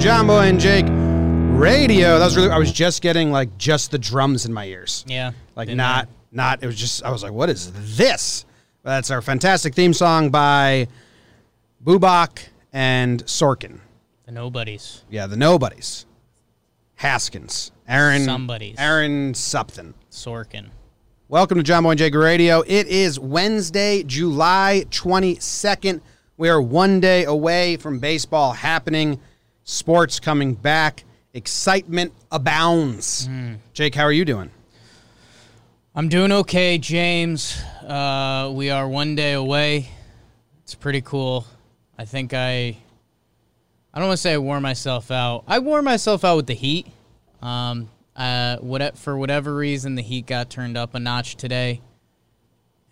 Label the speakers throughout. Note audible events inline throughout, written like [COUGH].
Speaker 1: Combo and Jake Radio. That was really. I was just getting like just the drums in my ears.
Speaker 2: Yeah.
Speaker 1: Like
Speaker 2: Didn't
Speaker 1: not not. It was just. I was like, what is this? That's our fantastic theme song by Bubak and Sorkin.
Speaker 2: The nobodies.
Speaker 1: Yeah, the Nobodies. Haskins. Aaron.
Speaker 2: Somebodies.
Speaker 1: Aaron something.
Speaker 2: Sorkin.
Speaker 1: Welcome to John Boy and Jake Radio. It is Wednesday, July 22nd. We are one day away from baseball happening, sports coming back, excitement abounds.
Speaker 2: Hmm.
Speaker 1: Jake, how are you doing?
Speaker 2: I'm doing okay, James. Uh, we are one day away. It's pretty cool. I think I. I don't want to say I wore myself out. I wore myself out with the heat. Um, uh, what for whatever reason the heat got turned up a notch today,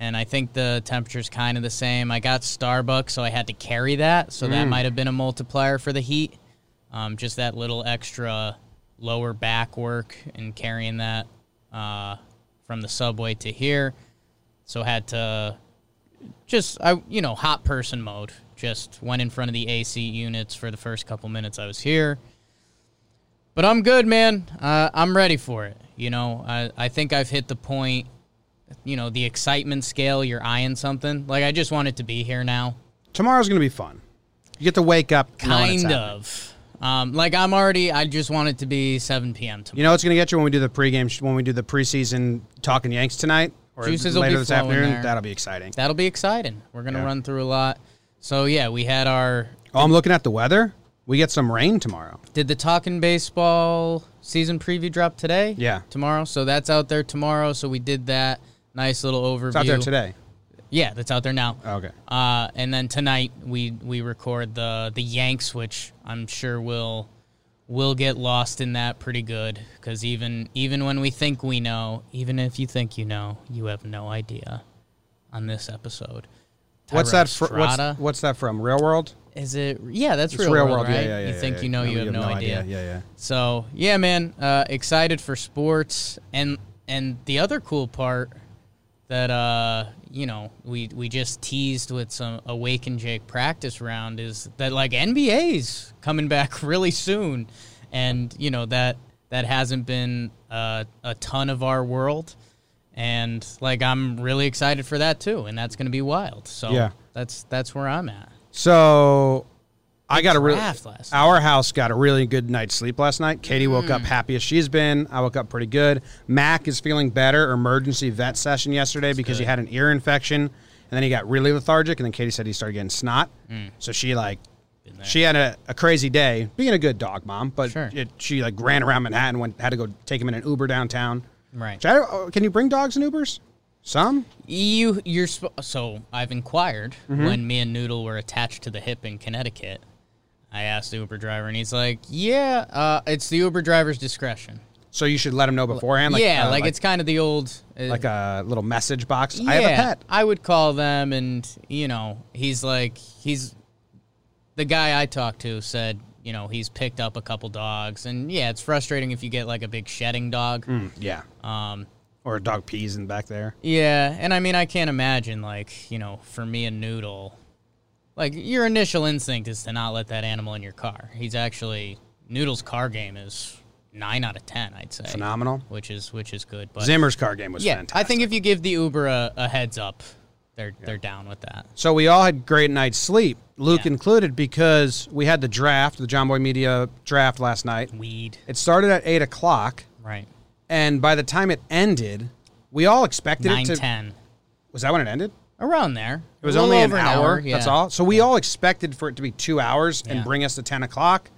Speaker 2: and I think the temperature's kind of the same. I got Starbucks, so I had to carry that, so that might have been a multiplier for the heat. Um, just that little extra lower back work and carrying that uh, from the subway to here, so had to just I you know hot person mode. Just went in front of the AC units for the first couple minutes I was here. But I'm good, man. Uh, I'm ready for it. You know, I, I think I've hit the point. You know, the excitement scale. You're eyeing something. Like I just wanted to be here now.
Speaker 1: Tomorrow's going to be fun. You get to wake up. knowing it's
Speaker 2: Kind
Speaker 1: happening.
Speaker 2: of. Um, like I'm already. I just want it to be 7 p.m. tomorrow.
Speaker 1: You know what's going to get you when we do the pregame, sh- when we do the preseason talking Yanks tonight or
Speaker 2: Juices will
Speaker 1: later
Speaker 2: be
Speaker 1: this
Speaker 2: flowing
Speaker 1: afternoon?
Speaker 2: there.
Speaker 1: That'll be exciting.
Speaker 2: That'll be exciting. We're gonna
Speaker 1: Yeah.
Speaker 2: run through a lot. So yeah, we had our.
Speaker 1: Oh, I'm looking at the weather. We get some rain tomorrow.
Speaker 2: Did the talking baseball season preview drop today?
Speaker 1: Yeah.
Speaker 2: tomorrow. So that's out there tomorrow. So we did that nice little overview.
Speaker 1: It's out there today. Oh.
Speaker 2: Yeah, that's out there now.
Speaker 1: Okay.
Speaker 2: Uh, and then tonight we we record the the Yanks, which I'm sure will will get lost in that pretty good because even even when we think we know, even if you think you know, you have no idea on this episode.
Speaker 1: What's
Speaker 2: Tyrone
Speaker 1: that? Fr-
Speaker 2: Estrada?
Speaker 1: what's, what's that from? Real World.
Speaker 2: Is it? Yeah, that's
Speaker 1: It's
Speaker 2: real, world, right?
Speaker 1: Yeah, yeah, yeah.
Speaker 2: you think
Speaker 1: yeah,
Speaker 2: you know,
Speaker 1: yeah.
Speaker 2: you have no, idea.
Speaker 1: Yeah, yeah.
Speaker 2: So yeah, man, uh, excited for sports and and the other cool part that uh, you know we we just teased with some awaken Jake practice round is that like NBA's coming back [LAUGHS] really soon, and you know that that hasn't been uh, a ton of our world, and like I'm really excited for that too, and that's gonna be wild. So
Speaker 1: Yeah.
Speaker 2: that's that's where I'm at.
Speaker 1: So I got a really
Speaker 2: draft last night. Hmm.
Speaker 1: our house got a really good night's sleep last night. Katie woke up happy as she's been. I woke up pretty good. Mac is feeling better. Emergency vet session yesterday because he
Speaker 2: good.
Speaker 1: had an ear infection, and then he got really lethargic. And then Katie said he started getting snot. So she like.
Speaker 2: Hmm. there.
Speaker 1: She had a, a crazy day, being a good dog mom, but
Speaker 2: Sure.
Speaker 1: it, she like ran around Manhattan, went had to go take him in an Uber downtown.
Speaker 2: Right.
Speaker 1: Which I don't- oh, can you bring dogs in Ubers? Some.
Speaker 2: You you're sp- so I've inquired
Speaker 1: Mm-hmm.
Speaker 2: when me and Noodle were attached to the hip in Connecticut. I asked the Uber driver, and he's like, "Yeah, uh, it's the Uber driver's discretion."
Speaker 1: So you should let them know beforehand. Like,
Speaker 2: yeah,
Speaker 1: uh,
Speaker 2: like, it's kind of the old. uh,
Speaker 1: like a little message box.
Speaker 2: yeah,
Speaker 1: I have a pet.
Speaker 2: I would call them, and you know, he's like, he's the guy I talked to said, you know, he's picked up a couple dogs, and yeah, it's frustrating if you get like a big shedding dog.
Speaker 1: Mm-hmm. Yeah.
Speaker 2: Um,
Speaker 1: Or a dog pees in back there.
Speaker 2: Yeah, and I mean, I can't imagine, like, you know, for me and Noodle, like, your initial instinct is to not let that animal in your car. He's actually, Noodle's car game is 9 out of 10, I'd say.
Speaker 1: Phenomenal.
Speaker 2: Which is, which is good. But
Speaker 1: Zimmer's car game was
Speaker 2: yeah,
Speaker 1: fantastic.
Speaker 2: I think if you give the Uber a, a heads up, they're, they're down with that.
Speaker 1: so we all had great night's sleep, Luke
Speaker 2: Yeah.
Speaker 1: included, because we had the draft, the John Boy Media draft last night.
Speaker 2: Weed.
Speaker 1: It started at eight o'clock,
Speaker 2: Right.
Speaker 1: and by the time it ended, we all expected
Speaker 2: Nine
Speaker 1: it to.
Speaker 2: ten,
Speaker 1: Was that when it ended?
Speaker 2: Around there.
Speaker 1: It was only an hour. That's
Speaker 2: yeah.
Speaker 1: all. So we all expected for it to be two hours and
Speaker 2: Yeah.
Speaker 1: bring us to ten o'clock.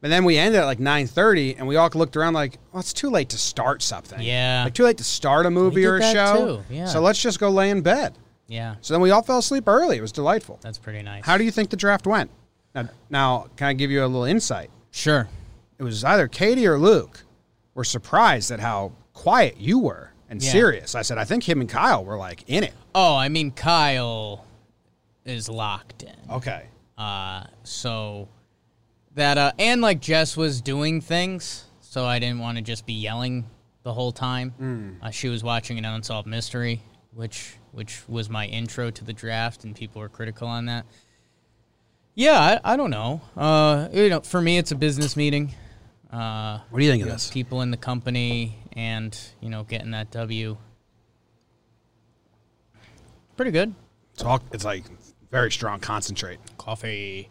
Speaker 1: But then we ended at like nine thirty, and we all looked around like, "Well, it's too late to start something.
Speaker 2: Yeah.
Speaker 1: like too late to start a movie
Speaker 2: did
Speaker 1: or a
Speaker 2: that
Speaker 1: show.
Speaker 2: too, yeah.
Speaker 1: So let's just go lay in bed."
Speaker 2: Yeah,
Speaker 1: So then we all fell asleep early. It was delightful.
Speaker 2: that's pretty nice.
Speaker 1: How do you think the draft went? Now, now can I give you a little insight?
Speaker 2: Sure.
Speaker 1: It was either Katie or Luke were surprised at how quiet you were and
Speaker 2: Yeah.
Speaker 1: serious. I said, I think him and Kyle were like in it.
Speaker 2: Oh, I mean, Kyle is locked in.
Speaker 1: Okay.
Speaker 2: Uh, so that uh, and like Jess was doing things, so I didn't want to just be yelling the whole time. Uh, she was watching an unsolved mystery, which which was my intro to the draft, and people were critical on that. Yeah, I, I don't know. Uh, you know, for me, it's a business meeting. Uh,
Speaker 1: What do you think of
Speaker 2: know,
Speaker 1: this?
Speaker 2: People in the company and, you know, getting that W. Pretty good.
Speaker 1: Talk. It's like very strong concentrate.
Speaker 2: Coffee.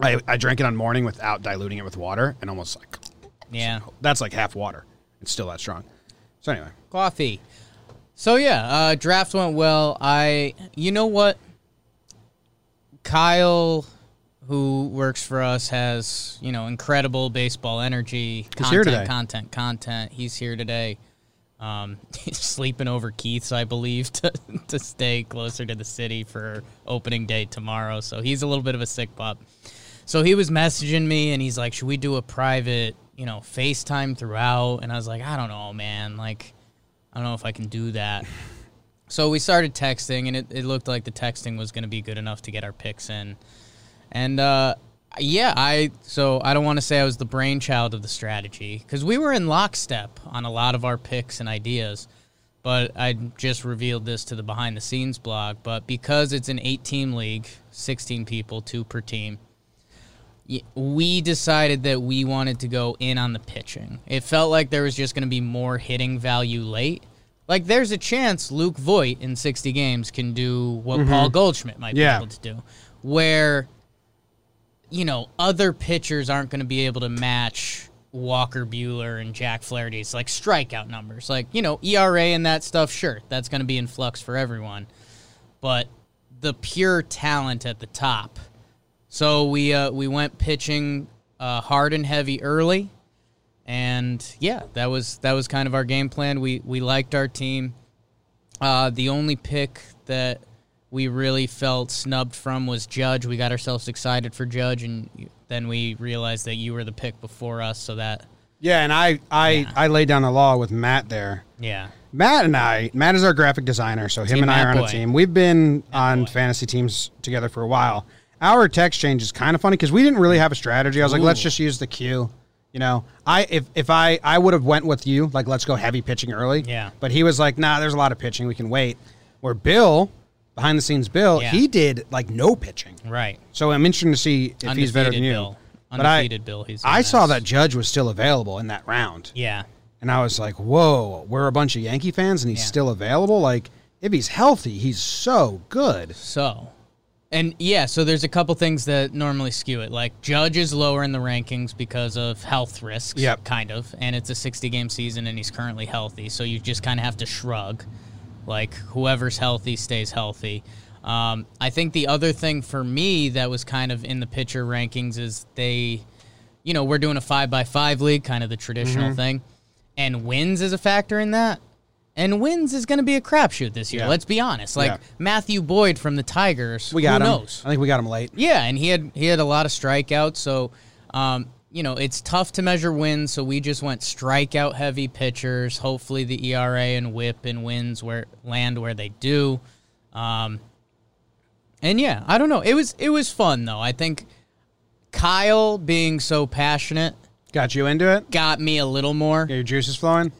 Speaker 1: I, I drank it on morning without diluting it with water, and almost like
Speaker 2: Yeah.
Speaker 1: that's like half water. It's still that strong. So anyway,
Speaker 2: Coffee. So yeah, uh, draft went well. I you know what? Kyle who works for us has, you know, incredible baseball energy,
Speaker 1: He's
Speaker 2: content,
Speaker 1: here today.
Speaker 2: content, content. He's here today. Um, [LAUGHS] he's sleeping over Keith's, I believe, [LAUGHS] to, to stay closer to the city for opening day tomorrow. So he's a little bit of a sick pup. So he was messaging me and he's like, Should we do a private, you know, FaceTime throughout? And I was like, I don't know, man. Like, I don't know if I can do that. So we started texting, and it, it looked like the texting was going to be good enough to get our picks in. And uh, yeah, I so I don't want to say I was the brainchild of the strategy because we were in lockstep on a lot of our picks and ideas. But I just revealed this to the behind the scenes blog. But because it's an eight team league, 16 people, two per team, y- we decided that we wanted to go in on the pitching. It felt like there was just going to be more hitting value late. Like there's a chance Luke Voigt in 60 games can do what Paul Goldschmidt might
Speaker 1: Yeah.
Speaker 2: be able to do, where you know other pitchers aren't going to be able to match Walker Bueller and Jack Flaherty's like strikeout numbers. Like you know ERA and that stuff. Sure, that's going to be in flux for everyone, but the pure talent at the top. So we uh, we went pitching uh, hard and heavy early, and yeah, that was that was kind of our game plan. We we liked our team. Uh, the only pick that we really felt snubbed from was Judge. We got ourselves excited for Judge, and then we realized that you were the pick before us. So that
Speaker 1: yeah, and I I I laid down the law with Matt there.
Speaker 2: yeah,
Speaker 1: Matt and I, Matt is our graphic designer, so him
Speaker 2: Team
Speaker 1: and I
Speaker 2: Matt
Speaker 1: are on
Speaker 2: boy.
Speaker 1: a team. We've been on
Speaker 2: boy.
Speaker 1: fantasy teams together for a while. Our text change is kind of funny because we didn't really have a strategy. I was like, let's
Speaker 2: Ooh.
Speaker 1: just use the queue. You know, I if, if I I would have went with you, like let's go heavy pitching early.
Speaker 2: Yeah.
Speaker 1: But he was like, nah, there's a lot of pitching. We can wait. Where Bill, behind the scenes Bill,
Speaker 2: Yeah.
Speaker 1: he did like no pitching.
Speaker 2: right.
Speaker 1: So I'm interested to see if he's better than you.
Speaker 2: Bill.
Speaker 1: But I-
Speaker 2: Undefeated Bill. He's
Speaker 1: I
Speaker 2: on
Speaker 1: saw
Speaker 2: this.
Speaker 1: that Judge was still available in that round.
Speaker 2: Yeah,
Speaker 1: And I was like, whoa, we're a bunch of Yankee fans and he's
Speaker 2: Yeah.
Speaker 1: still available? Like, if he's healthy, he's so good.
Speaker 2: So, and yeah, so there's a couple things that normally skew it. Like Judge is lower in the rankings because of health risks,
Speaker 1: Yep.
Speaker 2: kind of, and it's a 60 game season and he's currently healthy, so you just kind of have to shrug. Like whoever's healthy stays healthy. Um, I think the other thing for me that was kind of in the pitcher rankings is they, you know, we're doing a five by five league, kind of the traditional
Speaker 1: Mm-hmm.
Speaker 2: thing, and wins is a factor in that. And wins is going to be a crapshoot this year.
Speaker 1: Yeah.
Speaker 2: Let's be honest. Like
Speaker 1: Yeah.
Speaker 2: Matthew Boyd from the Tigers.
Speaker 1: We got
Speaker 2: who
Speaker 1: him.
Speaker 2: Knows?
Speaker 1: I think we got him late.
Speaker 2: Yeah, and he had he had a lot of strikeouts. So, um, you know, it's tough to measure wins. So we just went strikeout heavy pitchers. Hopefully, the ERA and WHIP and wins where land where they do. Um, and yeah, I don't know. It was it was fun though. I think Kyle being so passionate
Speaker 1: Got you into it?
Speaker 2: got me a little more.
Speaker 1: Got your juices flowing?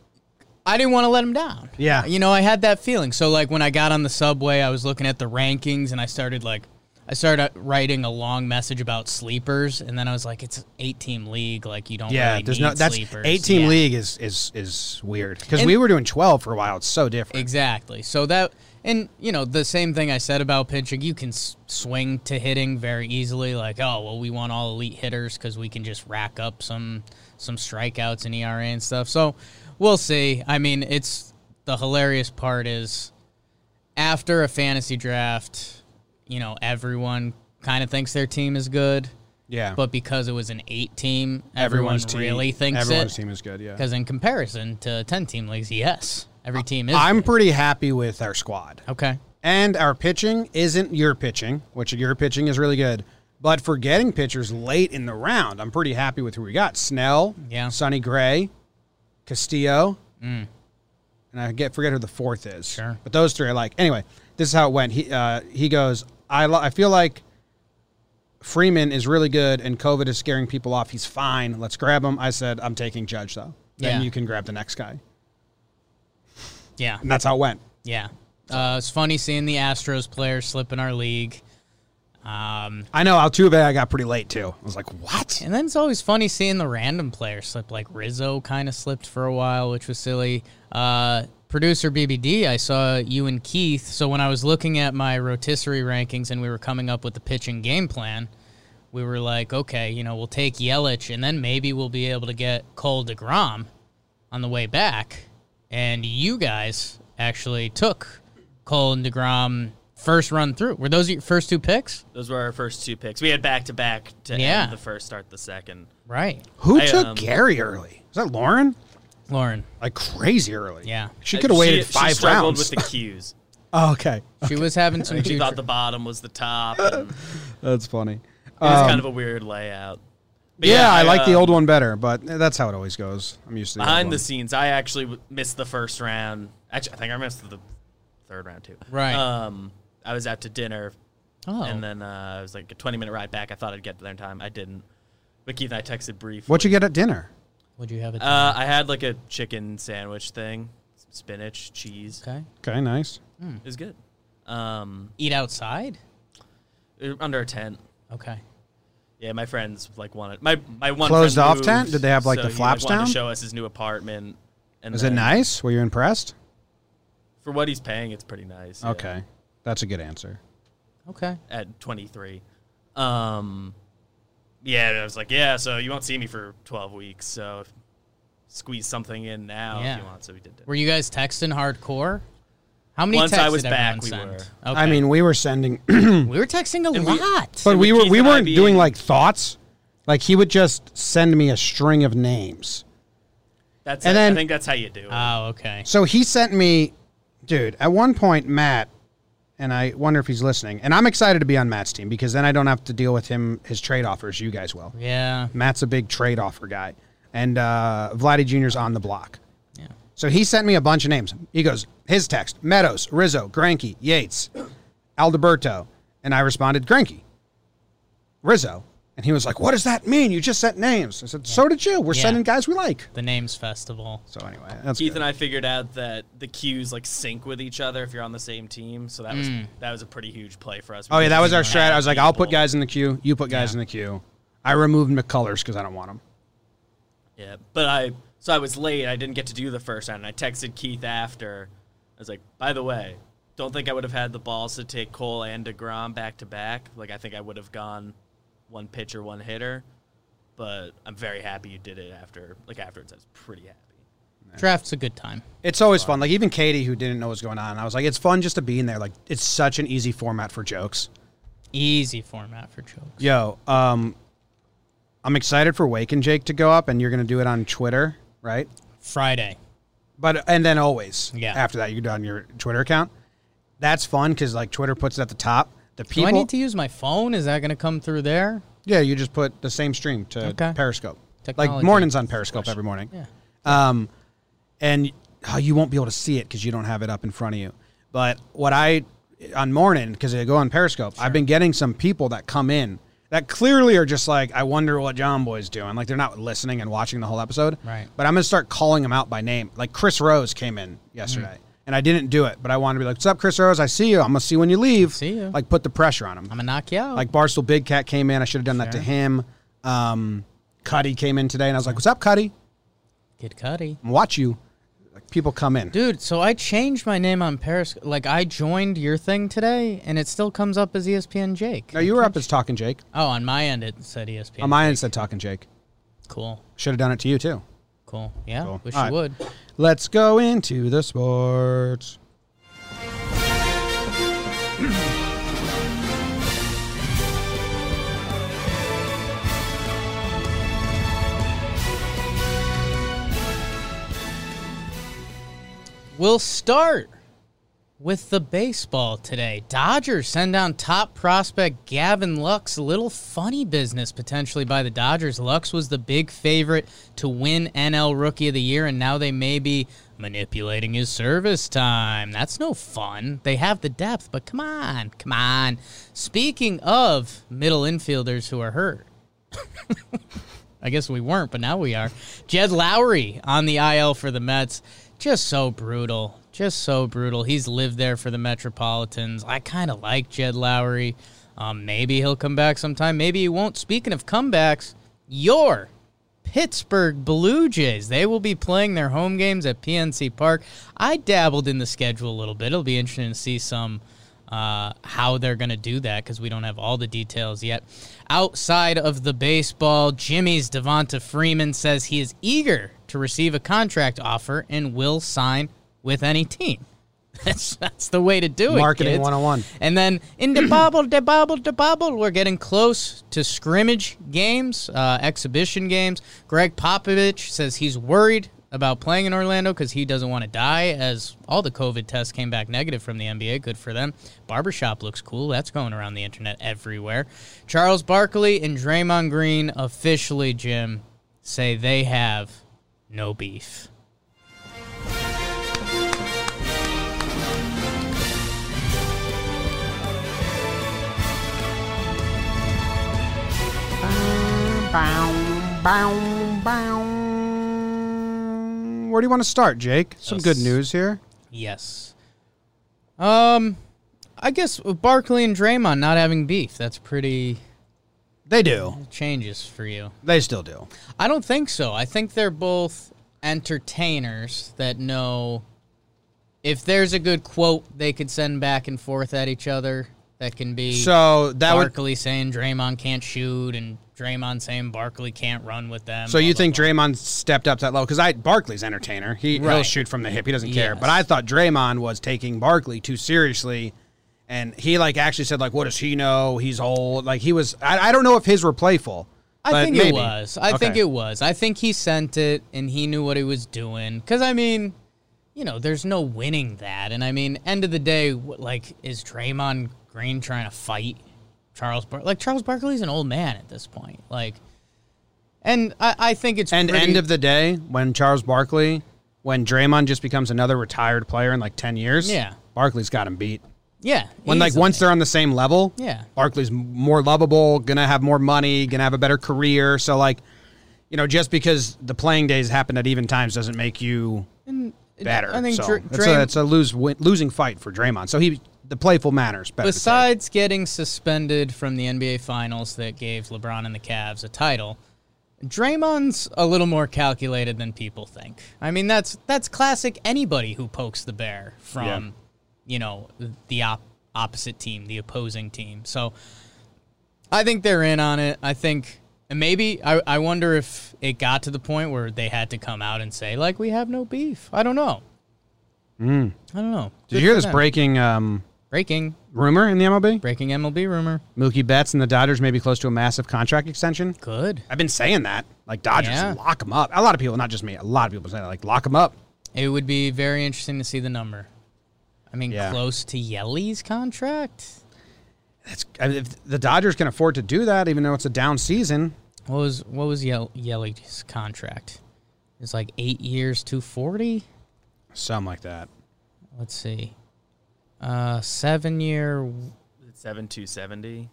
Speaker 2: I didn't want to let him down.
Speaker 1: Yeah.
Speaker 2: You know, I had that feeling. So like when I got on the subway, I was looking at the rankings and I started like I started uh, writing a long message about sleepers and then I was like it's 8 team league like you don't
Speaker 1: Yeah,
Speaker 2: really
Speaker 1: there's
Speaker 2: need
Speaker 1: no that's
Speaker 2: sleepers.
Speaker 1: eight team
Speaker 2: Yeah.
Speaker 1: league is is is weird because
Speaker 2: And-
Speaker 1: we were doing twelve for a while. It's so different.
Speaker 2: Exactly. So that and you know the same thing I said about pitching, you can s- swing to hitting very easily. Like, oh well, we want all elite hitters because we can just rack up some some strikeouts and ERA and stuff. So we'll see. I mean, it's the hilarious part is after a fantasy draft, you know, everyone kind of thinks their team is good,
Speaker 1: yeah,
Speaker 2: but because it was an eight team, everyone really thinks
Speaker 1: everyone's
Speaker 2: it.
Speaker 1: team is good. Yeah,
Speaker 2: Because in comparison to ten team leagues, yes, every team is.
Speaker 1: I'm
Speaker 2: good.
Speaker 1: pretty happy with our squad.
Speaker 2: okay.
Speaker 1: And our pitching isn't your pitching, which your pitching is really good. But for getting pitchers late in the round, I'm pretty happy with who we got. Snell,
Speaker 2: Yeah. Mm.
Speaker 1: Sonny Gray, Castillo, and I get forget who the fourth is.
Speaker 2: Sure.
Speaker 1: But those three are like anyway. This is how it went. He uh, he goes. I lo- I feel like Freeman is really good, and COVID is scaring people off. He's fine. Let's grab him. I said I'm taking Judge though. Then
Speaker 2: Yeah.
Speaker 1: you can grab the next guy,
Speaker 2: Yeah,
Speaker 1: and that's how it went.
Speaker 2: yeah. Uh, it's funny seeing the Astros players slip in our league. Um,
Speaker 1: I know Altuve. I got pretty late too. I was like, what?
Speaker 2: And then it's always funny seeing the random player slip. Like Rizzo kind of slipped for a while, which was silly. Uh, producer BBD, I saw you and Keith. So when I was looking at my rotisserie rankings and we were coming up with the pitching game plan, we were like, okay, you know, we'll take Yelich and then maybe we'll be able to get Cole DeGrom on the way back. And you guys actually took Cole and DeGrom first run through. Were those your first two picks?
Speaker 3: Those were our first two picks. We had back to back to
Speaker 2: Yeah.
Speaker 3: end the first, start the second.
Speaker 2: Right.
Speaker 1: Who
Speaker 3: I,
Speaker 1: took
Speaker 3: um,
Speaker 1: Gary early? Is that Lauren?
Speaker 2: Lauren.
Speaker 1: Like crazy early.
Speaker 2: Yeah.
Speaker 1: She could have waited
Speaker 3: she,
Speaker 1: five
Speaker 3: she struggled
Speaker 1: rounds. [LAUGHS]
Speaker 3: with the cues.
Speaker 1: oh, okay.
Speaker 2: She was having some
Speaker 3: [LAUGHS] She
Speaker 2: two-
Speaker 3: thought the bottom was
Speaker 1: [LAUGHS]
Speaker 3: the top. and It
Speaker 1: That's funny.
Speaker 3: was
Speaker 1: Um,
Speaker 3: kind of a weird layout. But
Speaker 1: yeah, I like the
Speaker 3: uh,
Speaker 1: old one better, but that's how it always goes. I'm used to the old
Speaker 3: behind
Speaker 1: one.
Speaker 3: the scenes. I actually w- missed the first round. Actually, I think I missed the third round too.
Speaker 2: Right.
Speaker 3: Um, I was out to dinner,
Speaker 2: Oh.
Speaker 3: and then uh, it was like a 20 minute ride back. I thought I'd get there in time. I didn't. But Keith and I texted briefly.
Speaker 1: What you get at dinner?
Speaker 2: Would you have it?
Speaker 3: Uh, I had like a chicken sandwich thing, some spinach, cheese.
Speaker 2: okay.
Speaker 1: Okay, nice.
Speaker 3: It was good. Um,
Speaker 2: Eat outside?
Speaker 3: it was under a tent.
Speaker 2: Okay.
Speaker 3: Yeah, my friends like wanted my my one
Speaker 1: Closed
Speaker 3: friend
Speaker 1: off
Speaker 3: moved,
Speaker 1: tent? Did they have, like,
Speaker 3: so
Speaker 1: the
Speaker 3: he,
Speaker 1: flaps
Speaker 3: wanted
Speaker 1: down?
Speaker 3: To show us his new apartment. And
Speaker 1: Is it
Speaker 3: then
Speaker 1: nice? Were you impressed?
Speaker 3: For what he's paying, it's pretty nice. yeah.
Speaker 1: Okay, that's a good answer.
Speaker 2: Okay.
Speaker 3: at 23. Um, yeah, and I was like, yeah, so you won't see me for 12 weeks, so if, squeeze something in now
Speaker 2: Yeah.
Speaker 3: if you want. So we did. That.
Speaker 2: Were you guys texting hardcore? How many
Speaker 3: Once
Speaker 2: texts
Speaker 3: I was
Speaker 2: did everyone
Speaker 3: back, we
Speaker 2: send?
Speaker 3: were.
Speaker 2: Okay.
Speaker 1: I mean, we were sending, [CLEARS THROAT]
Speaker 2: we were texting a
Speaker 3: And we-
Speaker 2: lot.
Speaker 1: but
Speaker 3: with
Speaker 1: we were
Speaker 3: Keith
Speaker 1: we
Speaker 3: and I
Speaker 1: weren't
Speaker 3: being-
Speaker 1: doing like thoughts. Like he would just send me a string of names.
Speaker 3: That's
Speaker 1: And
Speaker 3: it.
Speaker 1: then-
Speaker 3: I think that's how you do it.
Speaker 2: oh, okay.
Speaker 1: So he sent me, dude, at one point, Matt, and I wonder if he's listening. And I'm excited to be on Matt's team because then I don't have to deal with him, his trade offers. You guys will.
Speaker 2: Yeah.
Speaker 1: Matt's a big trade offer guy. And uh, Vladdy Jr.'s on the block.
Speaker 2: Yeah.
Speaker 1: So he sent me a bunch of names. He goes, his text Meadows, Rizzo, Granke, Yates, Alberto. And I responded, Granke, Rizzo. And he was like, What does that mean? You just sent names. I said, So did you. We're
Speaker 2: Yeah.
Speaker 1: sending guys we like.
Speaker 2: The names festival.
Speaker 1: So anyway, that's
Speaker 3: Keith
Speaker 1: good.
Speaker 3: and I figured out that the cues like sync with each other if you're on the same team, so that was that was a pretty huge play for us.
Speaker 1: Oh yeah, that was our
Speaker 3: Because we
Speaker 1: strat. I was like, I'll put
Speaker 3: people-
Speaker 1: guys in the queue. You put guys in the queue. I removed McCullers because I don't want him.
Speaker 3: Yeah, but I so I was late. I didn't get to do the first round. And I texted Keith after. I was like, by the way, don't think I would have had the balls to take Cole and Degrom back to back. Like I think I would have gone one pitcher, one hitter. But I'm very happy you did it after. Like afterwards, I was pretty happy.
Speaker 2: Draft's a good time.
Speaker 1: It's always fun. Like even Katie, who didn't know what was going on, I was like, it's fun just to be in there. Like it's such an easy format for jokes.
Speaker 2: Easy format for jokes.
Speaker 1: Yo, um, I'm excited for Wake and Jake to go up, and you're gonna do it on Twitter, right?
Speaker 2: Friday.
Speaker 1: But and then always,
Speaker 2: Yeah.
Speaker 1: After that, you do it on your Twitter account. That's fun because like Twitter puts it at the top. The
Speaker 2: Do
Speaker 1: people,
Speaker 2: I need to use my phone? Is that going to come through there?
Speaker 1: yeah, you just put the same stream to
Speaker 2: Okay.
Speaker 1: Periscope. Like
Speaker 2: Technology.
Speaker 1: mornings on Periscope every morning.
Speaker 2: Yeah.
Speaker 1: Um, and oh, you won't be able to see it because you don't have it up in front of you. But what I on morning because they go on Periscope, I've been getting some people that come in that clearly are just like, I wonder what John Boy's doing. Like they're not listening and watching the whole episode.
Speaker 2: Right.
Speaker 1: But I'm gonna start calling them out by name. Like Chris Rose came in yesterday.
Speaker 2: Mm.
Speaker 1: And I didn't do it, but I wanted to be like, "What's up, Chris Rose? I see you. I'm gonna see you when you leave.
Speaker 2: See you.
Speaker 1: Like, put the pressure on him.
Speaker 2: I'm going to knock you out.
Speaker 1: Like Barstool Big Cat came in. I should have done that to
Speaker 2: Sure.
Speaker 1: him. Um, Cuddy came in today, and I was like, "What's up, Cuddy?
Speaker 2: Kid Cudi.
Speaker 1: and watch you. Like, people come in.
Speaker 2: Dude, so I changed my name on Periscope. Like, I joined your thing today, and it still comes up as E ESPN Jake.
Speaker 1: no, you were up as talking Jake.
Speaker 2: Oh, on my end, it said E ESPN.
Speaker 1: On my end, said talking Jake.
Speaker 2: cool.
Speaker 1: Should have done it to you too.
Speaker 2: Cool. Yeah.
Speaker 1: Cool.
Speaker 2: Wish
Speaker 1: All
Speaker 2: you
Speaker 1: right.
Speaker 2: would.
Speaker 1: Let's go into the sports.
Speaker 2: We'll start with the baseball today. Dodgers send down top prospect Gavin Lux. A little funny business potentially by the Dodgers. Lux was the big favorite to win NL Rookie of the Year, and now they may be manipulating his service time. That's no fun. They have the depth, but come on, come on. Speaking of middle infielders who are hurt, I guess we weren't, but now we are. Jed Lowry on the IL for the Mets. Just so brutal. Just so brutal. He's lived there for the Metropolitans. I kind of like Jed Lowry. Um, maybe he'll come back sometime. Maybe he won't. Speaking of comebacks, your Pittsburgh Blue Jays. They will be playing their home games at PNC Park. I dabbled in the schedule a little bit. It'll be interesting to see some uh, how they're going to do that because we don't have all the details yet. Outside of the baseball, Jimmy's Devonta Freeman says he is eager to receive a contract offer and will sign with any team. [LAUGHS] That's that's the way to do it.
Speaker 1: Marketing
Speaker 2: kids.
Speaker 1: 101.
Speaker 2: And then in the bobble, the bobble, the bobble, we're getting close to scrimmage games, uh, exhibition games. Greg Popovich says he's worried about playing in Orlando because he doesn't want to die, as all the COVID tests came back negative from the NBA. Good for them. Barbershop looks cool. That's going around the internet everywhere. Charles Barkley and Draymond Green officially, Jim, say they have no beef.
Speaker 1: Where do you want to start, Jake? Some
Speaker 2: Us.
Speaker 1: good news here.
Speaker 2: Yes. Um, I guess with Barkley and Draymond not having beef, that's pretty
Speaker 1: They do.
Speaker 2: changes for you.
Speaker 1: They still do.
Speaker 2: I don't think so. I think they're both entertainers that know if there's a good quote they could send back and forth at each other that can be
Speaker 1: So that would.
Speaker 2: Barkley saying Draymond can't shoot and Draymond saying Barkley can't run with them.
Speaker 1: So you
Speaker 2: blah, blah,
Speaker 1: think Draymond stepped up that low? Because I Barkley's entertainer. He he'll
Speaker 2: Right.
Speaker 1: shoot from the hip. He doesn't care.
Speaker 2: Yes.
Speaker 1: But I thought Draymond was taking Barkley too seriously, and he like actually said like, "What does he know? He's old." Like he was. I, I don't know if his were playful.
Speaker 2: I
Speaker 1: but
Speaker 2: think
Speaker 1: maybe.
Speaker 2: it was. I think
Speaker 1: Okay.
Speaker 2: it was. I think he sent it and he knew what he was doing. Because, I mean, you know, there's no winning that. And, I mean, end of the day, what, like, is Draymond Green trying to fight Charles Bar- Like, Charles Barkley's an old man at this point. Like, and I, I think it's
Speaker 1: And
Speaker 2: pretty-
Speaker 1: end of the day, when Charles Barkley, when Draymond just becomes another retired player in like ten years,
Speaker 2: Yeah.
Speaker 1: Barkley's got him beat.
Speaker 2: yeah.
Speaker 1: When like
Speaker 2: easily.
Speaker 1: once they're on the same level,
Speaker 2: Yeah.
Speaker 1: Barkley's m- more lovable, gonna have more money, gonna have a better career. So like, you know, just because the playing days happen at even times doesn't make you better.
Speaker 2: I think
Speaker 1: so
Speaker 2: Dr-
Speaker 1: it's, a,
Speaker 2: Draym-
Speaker 1: it's a lose win, losing fight for Draymond. So he the playful manners better. to take.
Speaker 2: Besides getting suspended from the NBA Finals that gave LeBron and the Cavs a title, Draymond's a little more calculated than people think. I mean, that's that's classic anybody who pokes the bear from,
Speaker 1: Yeah.
Speaker 2: you know, the op- opposite team, the opposing team. So I think they're in on it. I think and maybe I, I wonder if it got to the point where they had to come out and say like we have no beef. I don't know. I don't know.
Speaker 1: Hmm. Did
Speaker 2: Good
Speaker 1: you hear
Speaker 2: for
Speaker 1: this
Speaker 2: them.
Speaker 1: breaking um,
Speaker 2: Breaking
Speaker 1: rumor in the MLB?
Speaker 2: breaking MLB rumor.
Speaker 1: Mookie Betts and the Dodgers may be close to a massive contract extension.
Speaker 2: Good.
Speaker 1: I've been saying that. Like Dodgers,
Speaker 2: Yeah.
Speaker 1: lock him up. A lot of people, not just me, a lot of people say that. Like lock him up.
Speaker 2: It would be very interesting to see the number. I mean,
Speaker 1: Yeah.
Speaker 2: close to Yelly's contract.
Speaker 1: That's I mean, if the Dodgers can afford to do that, even though it's a down season.
Speaker 2: What was what was Yel- Yelly's contract? It's like eight years, two forty.
Speaker 1: Something like that.
Speaker 2: Let's see, uh, seven year,
Speaker 3: Seven two seventy.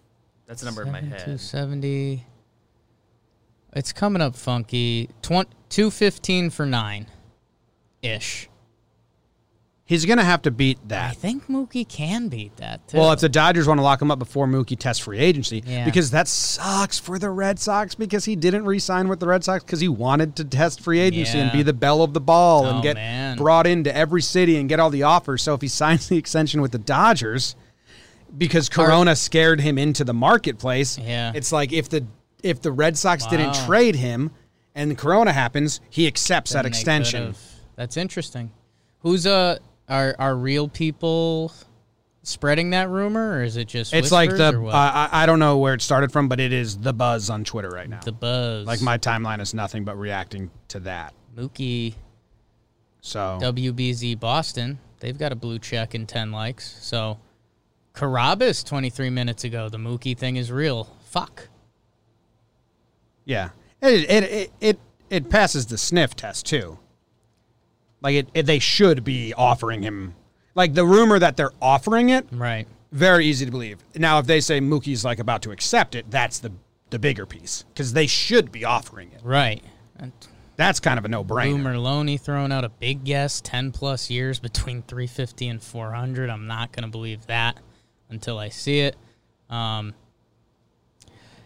Speaker 3: That's the number in my
Speaker 2: two
Speaker 3: head.
Speaker 2: seventy. It's coming up funky. Twen- two fifteen for nine, ish.
Speaker 1: He's going to have to beat
Speaker 2: I
Speaker 1: that.
Speaker 2: think Mookie can beat that. Too.
Speaker 1: Well, if the Dodgers want to lock him up before Mookie tests free agency,
Speaker 2: Yeah.
Speaker 1: because that sucks for the Red Sox because he didn't re sign with the Red Sox because he wanted to test free agency and
Speaker 2: Yeah.
Speaker 1: be the belle of the ball
Speaker 2: Oh,
Speaker 1: and get
Speaker 2: man.
Speaker 1: brought into every city and get all the offers. So if he [LAUGHS] signs the extension with the Dodgers, because Corona scared him into the marketplace,
Speaker 2: Yeah.
Speaker 1: it's like if the if the Red Sox didn't
Speaker 2: Wow.
Speaker 1: trade him and Corona happens, he accepts that
Speaker 2: than they
Speaker 1: extension.
Speaker 2: could've. That's interesting. Who's uh are are real people spreading that rumor, or is it just
Speaker 1: It's like
Speaker 2: whispers,
Speaker 1: the
Speaker 2: or
Speaker 1: uh,
Speaker 2: what?
Speaker 1: I, I don't know where it started from, but it is the buzz on Twitter right now.
Speaker 2: the buzz
Speaker 1: Like my timeline is nothing but reacting to that.
Speaker 2: Mookie
Speaker 1: So
Speaker 2: WBZ Boston. They've got a blue check and ten likes. So Carabas twenty three minutes ago. The Mookie thing is real. Fuck.
Speaker 1: yeah, it it, it it it passes the sniff test too. Like it, it, they should be offering him. Like the rumor that they're offering it,
Speaker 2: Right.
Speaker 1: very easy to believe. Now, if they say Mookie's like about to accept it, that's the the bigger piece because they should be offering it.
Speaker 2: Right. And
Speaker 1: That's kind of a no brainer.
Speaker 2: Boomer Loney throwing out a big guess, ten plus years between three fifty and four hundred. I'm not gonna believe that until I see it. Um,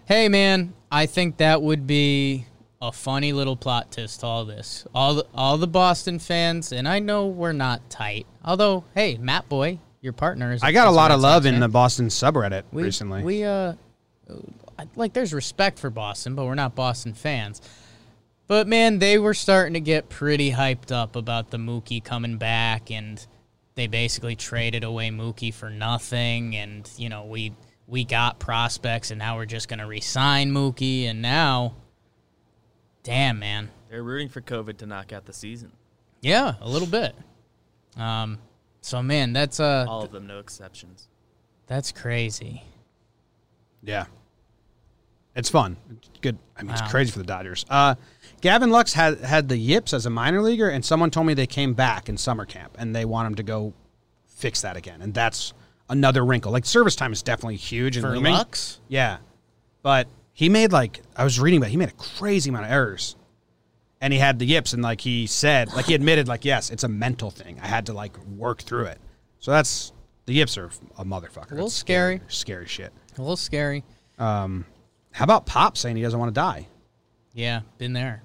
Speaker 2: hey, man, I think that would be a funny little plot twist to all this. All the, all the Boston fans, and I know we're not tight. Although, hey, Matt Boy, your partner is.
Speaker 1: I got a
Speaker 2: is
Speaker 1: lot
Speaker 2: Red
Speaker 1: of
Speaker 2: Sox
Speaker 1: love in
Speaker 2: fan.
Speaker 1: the Boston subreddit
Speaker 2: we,
Speaker 1: recently.
Speaker 2: We uh, I- like there's respect for Boston, but we're not Boston fans. But man, they were starting to get pretty hyped up about the Mookie coming back, and they basically traded away Mookie for nothing. And you know, we we got prospects, and now we're just gonna re-sign Mookie. And now, damn man,
Speaker 3: They're rooting for COVID to knock out the season.
Speaker 2: yeah, a little bit. Um, so man, that's uh,
Speaker 3: All of them, no exceptions.
Speaker 2: that's crazy.
Speaker 1: Yeah. It's fun. It's good. I mean,
Speaker 2: Wow.
Speaker 1: it's crazy for the Dodgers. Uh, Gavin Lux had, had the yips as a minor leaguer, and someone told me they came back in summer camp and they want him to go fix that again. And that's another wrinkle. Like, service time is definitely huge. And
Speaker 2: For
Speaker 1: looming.
Speaker 2: Lux?
Speaker 1: Yeah. But he made, like, I was reading about it, he made a crazy amount of errors. And he had the yips, and, like, he said, like, he admitted, like, yes, it's a mental thing. I had to, like, work through it. So that's the yips are a motherfucker. A
Speaker 2: little
Speaker 1: Scary shit.
Speaker 2: A little scary.
Speaker 1: How about Pop saying he doesn't want to die?
Speaker 2: Yeah, been there.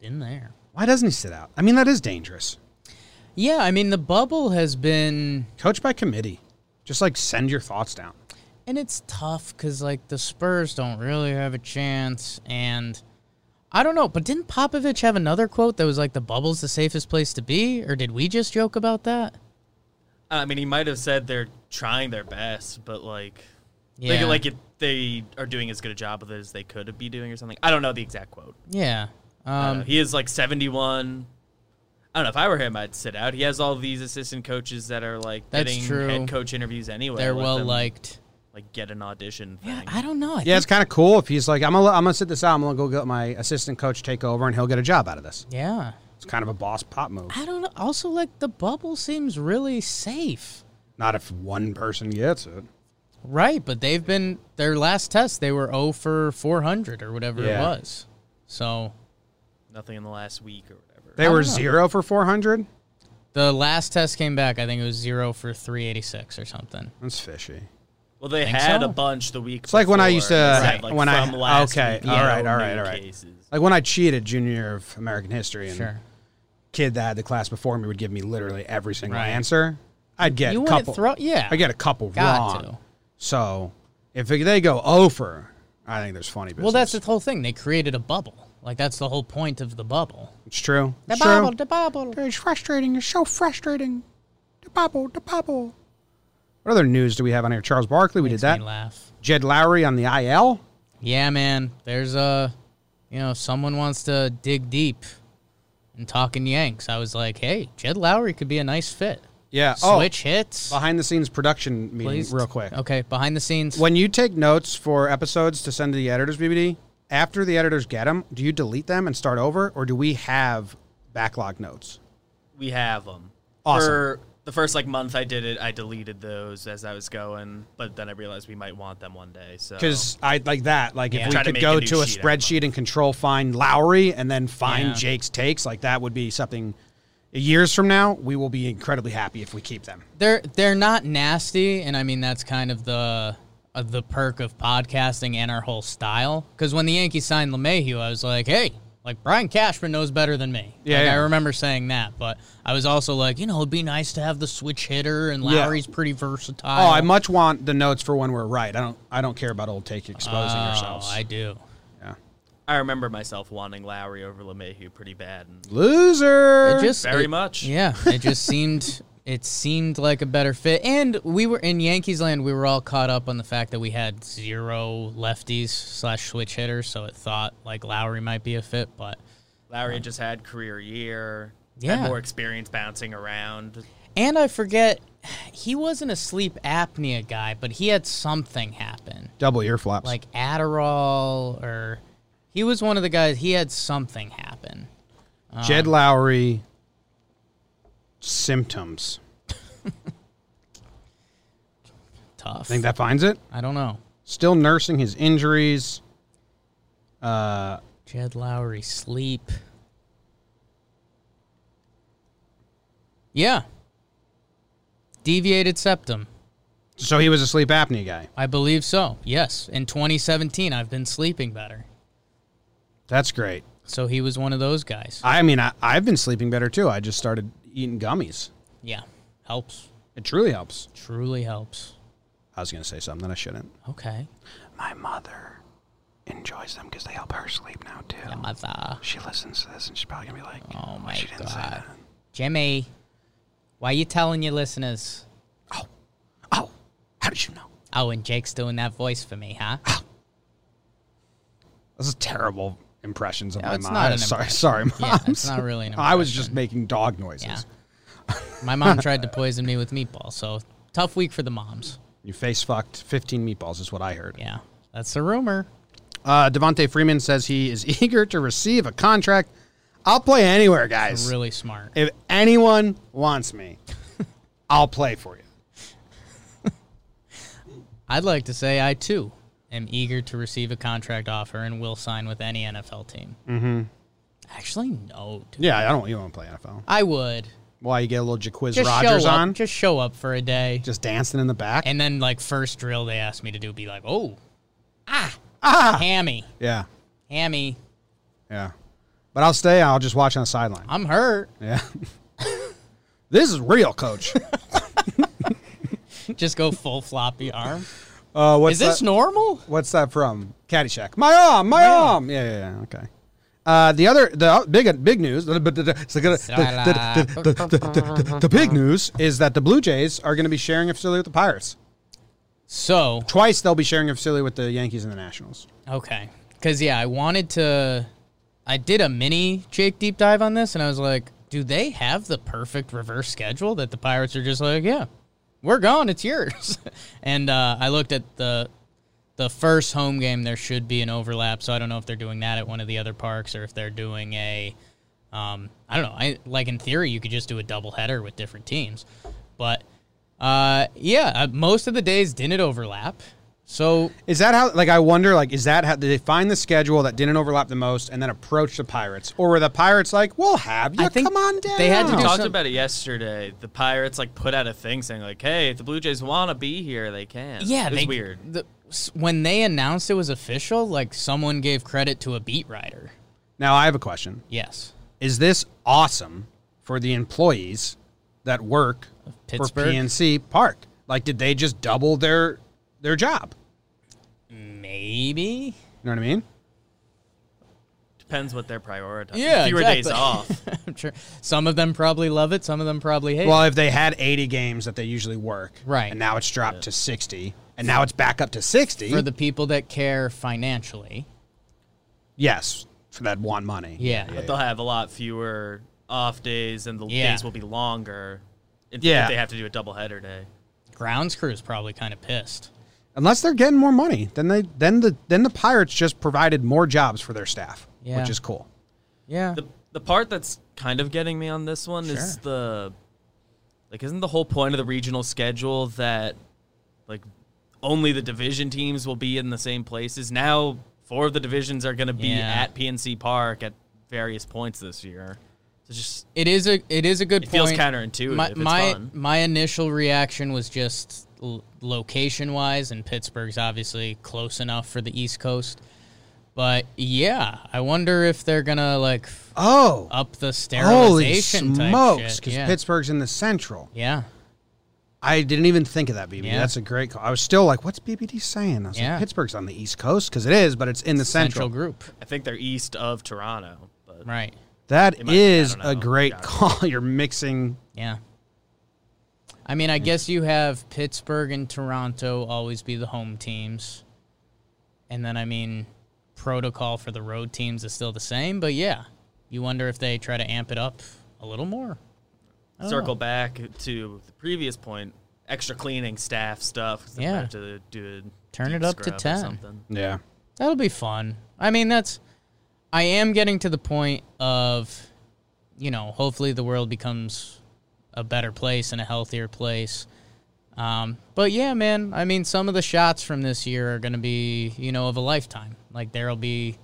Speaker 2: Been there.
Speaker 1: Why doesn't he sit out? I mean, that is dangerous.
Speaker 2: Yeah, I mean the bubble has been
Speaker 1: Coach by committee. Just like send your thoughts down.
Speaker 2: and it's tough cuz like the Spurs don't really have a chance and I don't know, but didn't Popovich have another quote that was like the bubble's the safest place to be or did we just joke about that?
Speaker 3: Uh, I mean, he might have said they're trying their best, but like,
Speaker 2: Yeah.
Speaker 3: like, like it, they are doing as good a job with it as they could be doing, or something. I don't know the exact quote.
Speaker 2: yeah.
Speaker 3: I
Speaker 2: Um
Speaker 3: don't know. he is like seventy-one. I don't know. If I were him, I'd sit out. He has all these assistant coaches that are like
Speaker 2: That's
Speaker 3: getting
Speaker 2: true.
Speaker 3: head coach interviews anyway.
Speaker 2: they're
Speaker 3: Let
Speaker 2: well
Speaker 3: them,
Speaker 2: liked.
Speaker 3: like get an audition. Thing.
Speaker 2: Yeah, I don't know. I
Speaker 1: Yeah,
Speaker 2: yeah,
Speaker 1: it's kind of cool if he's like, I'm gonna, I'm gonna sit this out. I'm gonna go get my assistant coach take over, and he'll get a job out of this.
Speaker 2: yeah.
Speaker 1: It's kind of a boss pop move.
Speaker 2: I don't know. Also like the bubble seems really safe.
Speaker 1: Not if one person gets it.
Speaker 2: Right, but they've been their last test. They were 0 for 400 or whatever it
Speaker 1: Yeah.
Speaker 2: was. So
Speaker 3: Nothing in the last week or whatever.
Speaker 1: They were zero for four hundred.
Speaker 2: the last test came back. I think it was zero for 386 or something.
Speaker 1: That's fishy.
Speaker 3: well, they
Speaker 2: Think
Speaker 3: had
Speaker 2: so?
Speaker 3: a bunch the week.
Speaker 1: It's like when I used to
Speaker 2: Right.
Speaker 3: like,
Speaker 1: when I
Speaker 3: from last
Speaker 1: okay,
Speaker 3: week,
Speaker 1: all
Speaker 3: no
Speaker 1: right, all right,
Speaker 3: new
Speaker 1: all right.
Speaker 3: cases.
Speaker 1: Like when I cheated junior year of American history, and
Speaker 2: Sure.
Speaker 1: kid that had the class before me would give me literally every single
Speaker 2: Right.
Speaker 1: answer. I'd get
Speaker 2: You
Speaker 1: a
Speaker 2: wouldn't
Speaker 1: couple.
Speaker 2: throw, yeah.
Speaker 1: I get a couple wrong.
Speaker 2: Got to.
Speaker 1: So if they go over, I think there's funny business.
Speaker 2: Well, that's the whole thing. They created a bubble. Like that's the whole point of the bubble.
Speaker 1: it's true.
Speaker 2: The
Speaker 1: It's
Speaker 2: bubble,
Speaker 1: true.
Speaker 2: the bubble.
Speaker 1: It's frustrating. It's so frustrating. The bubble, the bubble. What other news do we have on here? Charles Barkley, we
Speaker 2: Makes
Speaker 1: did that.
Speaker 2: me laugh.
Speaker 1: Jed Lowry on the IL.
Speaker 2: Yeah, man. There's a, you know, if someone wants to dig deep and talking Yanks. I was like, hey, Jed Lowry could be a nice fit.
Speaker 1: Yeah.
Speaker 2: Switch hits.
Speaker 1: Oh, behind the scenes production meeting,
Speaker 2: Please.
Speaker 1: real quick.
Speaker 2: Okay, behind the scenes.
Speaker 1: When you take notes for episodes to send to the editors, BBD, after the editors get them, do you delete them and start over, or do we have backlog notes?
Speaker 3: We have them.
Speaker 1: Awesome.
Speaker 3: For the first like month I did it, I deleted those as I was going, but then I realized we might want them one day. So
Speaker 1: Because I like that. Like
Speaker 2: Yeah.
Speaker 1: if we
Speaker 3: Try to
Speaker 1: could
Speaker 3: make
Speaker 1: go
Speaker 3: a new
Speaker 1: to a
Speaker 3: sheet every month.
Speaker 1: spreadsheet and control find Lowry and then find
Speaker 2: Yeah.
Speaker 1: Jake's takes, like that would be something. uh, Years from now, we will be incredibly happy if we keep them.
Speaker 2: they're they're not nasty, and I mean that's kind of the uh, the perk of podcasting and our whole style. Because when the Yankees signed LeMahieu, I was like, hey, like Brian Cashman knows better than me.
Speaker 1: Yeah,
Speaker 2: Like,
Speaker 1: yeah.
Speaker 2: I remember saying that, but I was also like, you know, it'd be nice to have the switch hitter, and
Speaker 1: Yeah.
Speaker 2: Lowry's pretty versatile.
Speaker 1: Oh, I much want the notes for when we're right. I don't. I don't care about old take exposing
Speaker 2: Oh,
Speaker 1: ourselves.
Speaker 2: I do.
Speaker 1: yeah.
Speaker 3: I remember myself wanting Lowry over LeMahieu pretty bad. And
Speaker 1: Loser.
Speaker 2: It just
Speaker 3: Very
Speaker 2: it-
Speaker 3: much.
Speaker 2: Yeah, it just [LAUGHS] seemed it seemed like a better fit, and we were in Yankees land. We were all caught up on the fact that we had zero lefties slash switch hitters, so it thought like Lowry might be a fit, but
Speaker 3: Lowry had just had career year,
Speaker 2: Yeah.
Speaker 3: had more experience bouncing around.
Speaker 2: and I forget he wasn't a sleep apnea guy, but he had something happen
Speaker 1: double ear flaps.
Speaker 2: like Adderall or he was one of the guys. He had something happen.
Speaker 1: Jed Lowry symptoms.
Speaker 2: Tough.
Speaker 1: I think that finds it.
Speaker 2: I don't know.
Speaker 1: Still nursing his injuries.
Speaker 2: Jed Lowry sleep. Yeah. Deviated septum.
Speaker 1: So he was a sleep apnea guy.
Speaker 2: I believe so. Yes. In 2017, I've been sleeping better.
Speaker 1: That's great.
Speaker 2: So he was one of those guys.
Speaker 1: I mean, I, I've been sleeping better too. I just started eating gummies.
Speaker 2: Yeah. Helps.
Speaker 1: It truly helps.
Speaker 2: Truly helps.
Speaker 1: I was going to say something I shouldn't.
Speaker 2: Okay.
Speaker 1: My mother enjoys them because they help her sleep now too.
Speaker 2: Mother.
Speaker 1: She listens to this and she's probably going to be like,
Speaker 2: Oh my
Speaker 1: she didn't say
Speaker 2: God.
Speaker 1: that.
Speaker 2: Jimmy, why you telling your listeners?
Speaker 1: Oh, how did you know?
Speaker 2: Oh, and Jake's doing that voice for me,
Speaker 1: [LAUGHS]
Speaker 2: huh?
Speaker 1: This is terrible impressions of
Speaker 2: No,
Speaker 1: my
Speaker 2: it's
Speaker 1: mom.
Speaker 2: not an
Speaker 1: sorry,
Speaker 2: impression.
Speaker 1: sorry, mom.
Speaker 2: Yeah, it's not really an
Speaker 1: [LAUGHS] I was just making dog noises.
Speaker 2: Yeah. My mom tried to poison me with meatballs, so tough week for the moms.
Speaker 1: You face fucked 15 meatballs is what I heard.
Speaker 2: Yeah. That's a rumor.
Speaker 1: Uh, Devontae Freeman says he is [LAUGHS] eager to receive a contract. I'll play anywhere, guys.
Speaker 2: Really smart.
Speaker 1: If anyone wants [LAUGHS] me, I'll play for you.
Speaker 2: I'd like to say I too am eager to receive a contract offer and will sign with any NFL team. Mm-hmm. Actually, no. Dude.
Speaker 1: Yeah, I don't. You won't play NFL.
Speaker 2: I would
Speaker 1: Why you get a little Jaquiz
Speaker 2: just
Speaker 1: Rogers
Speaker 2: show up,
Speaker 1: on,
Speaker 2: just show up for a day,
Speaker 1: just dancing in the back.
Speaker 2: and then like first drill they asked me to do, be like, oh, ah, ah, hammy,
Speaker 1: yeah,
Speaker 2: hammy,
Speaker 1: yeah. But I'll stay. I'll just watch on the sideline.
Speaker 2: I'm hurt.
Speaker 1: Yeah. [LAUGHS] this is real, [LAUGHS] coach.
Speaker 2: just go full floppy arm.
Speaker 1: Uh, what's
Speaker 2: Is this
Speaker 1: that?
Speaker 2: [LAUGHS] normal?
Speaker 1: What's that from? Caddyshack. My arm, my arm. Yeah, yeah, yeah. Okay. Uh, the other, the big, big news. The, the, the, the, the- the big news is that the Blue Jays are going to be sharing a facility with the Pirates.
Speaker 2: So
Speaker 1: Twice they'll be sharing a facility with the Yankees and the Nationals.
Speaker 2: Okay. Because, yeah, I wanted to. I did a mini Jake deep dive on this, and I was like, do they have the perfect reverse schedule that the Pirates are just like, yeah, we're gone. It's yours. [LAUGHS] and uh, I looked at the. The first home game, there should be an overlap. So I don't know if they're doing that at one of the other parks or if they're doing a, um, I don't know. I like in theory you could just do a doubleheader with different teams, but uh, yeah, uh, most of the days didn't overlap. So
Speaker 1: Is that how? Like, I wonder. Like, is that how? Did they find the schedule that didn't overlap the most, and then approach the Pirates, or were the Pirates like, "We'll have you
Speaker 2: I think
Speaker 1: come on down"?
Speaker 2: they had to
Speaker 3: We
Speaker 2: do
Speaker 3: talked
Speaker 2: some-
Speaker 3: about it yesterday. The Pirates like put out a thing saying like, "Hey, if the Blue Jays want to be here, they can."
Speaker 2: Yeah,
Speaker 3: it's
Speaker 2: they,
Speaker 3: weird.
Speaker 2: The, s- when they announced it was official, like someone gave credit to a beat writer.
Speaker 1: Now I have a question.
Speaker 2: Yes,
Speaker 1: is this awesome for the employees that work
Speaker 2: Pittsburgh?
Speaker 1: for PNC Park? Like, did they just double their their job?
Speaker 2: maybe.
Speaker 1: You know what I mean?
Speaker 3: Depends what they're prioritizing.
Speaker 2: Yeah,
Speaker 3: fewer days
Speaker 2: exactly. [LAUGHS]
Speaker 3: off.
Speaker 2: [LAUGHS] I'm sure some of them probably love it. Some of them probably hate.
Speaker 1: Well, if they had 80 games that they usually work,
Speaker 2: Right.
Speaker 1: and now it's dropped to 60, and now it's back up to 60.
Speaker 2: it. For the people that care financially,
Speaker 1: yes, for that want money.
Speaker 2: Yeah.
Speaker 1: yeah,
Speaker 3: But they'll have a lot fewer off days, and the
Speaker 2: Yeah.
Speaker 3: days will be longer. If,
Speaker 1: Yeah.
Speaker 3: if they have to do a doubleheader day.
Speaker 2: grounds crew is probably kind of pissed.
Speaker 1: Unless they're getting more money, then they then the then the Pirates just provided more jobs for their staff,
Speaker 2: Yeah.
Speaker 1: which is cool.
Speaker 2: Yeah,
Speaker 3: The the part that's kind of getting me on this one is
Speaker 2: Sure.
Speaker 3: the like isn't the whole point of the regional schedule that like only the division teams will be in the same places. Now four of the divisions are going to be
Speaker 2: Yeah.
Speaker 3: at PNC Park at various points this year. So just
Speaker 2: it is a it is a good
Speaker 3: it
Speaker 2: point.
Speaker 3: feels counterintuitive.
Speaker 2: my
Speaker 3: it's
Speaker 2: my,
Speaker 3: fun.
Speaker 2: my initial reaction was just l- location wise, and Pittsburgh's obviously close enough for the East Coast. But yeah, I wonder if they're gonna like
Speaker 1: Oh,
Speaker 2: up the
Speaker 1: holy
Speaker 2: sterilization Uh, type
Speaker 1: smokes!
Speaker 2: shit.
Speaker 1: Because
Speaker 2: yeah.
Speaker 1: Pittsburgh's in the Central.
Speaker 2: yeah,
Speaker 1: I didn't even think of that, BB.
Speaker 2: Yeah.
Speaker 1: That's a great call. I was still like, what's BBD saying? I was
Speaker 2: Yeah.
Speaker 1: like, Pittsburgh's on the East Coast because it is, but it's in the
Speaker 2: central
Speaker 1: Central.
Speaker 2: group,
Speaker 3: I think they're east of Toronto, but
Speaker 2: right?
Speaker 1: That
Speaker 3: might be, I
Speaker 1: is
Speaker 3: don't
Speaker 1: a
Speaker 3: know.
Speaker 1: great
Speaker 3: Yeah.
Speaker 1: call. [LAUGHS] You're mixing.
Speaker 2: Yeah. I mean, I guess you have Pittsburgh and Toronto always be the home teams, and then I mean, protocol for the road teams is still the same. But yeah, you wonder if they try to amp it up a little more. I don't
Speaker 3: circle
Speaker 2: know.
Speaker 3: back to the previous point, extra cleaning staff stuff. 'cause they
Speaker 2: Yeah.
Speaker 3: have to do a
Speaker 2: Turn
Speaker 3: deep
Speaker 2: it up to
Speaker 3: scrub or
Speaker 2: 10.
Speaker 3: something.
Speaker 1: Yeah.
Speaker 2: That'll be fun. I mean, that's. I am getting to the point of, you know, hopefully the world becomes a better place and a healthier place. Um, but yeah, man, I mean, some of the shots from this year are going to be, you know, of a lifetime. Like, there'll be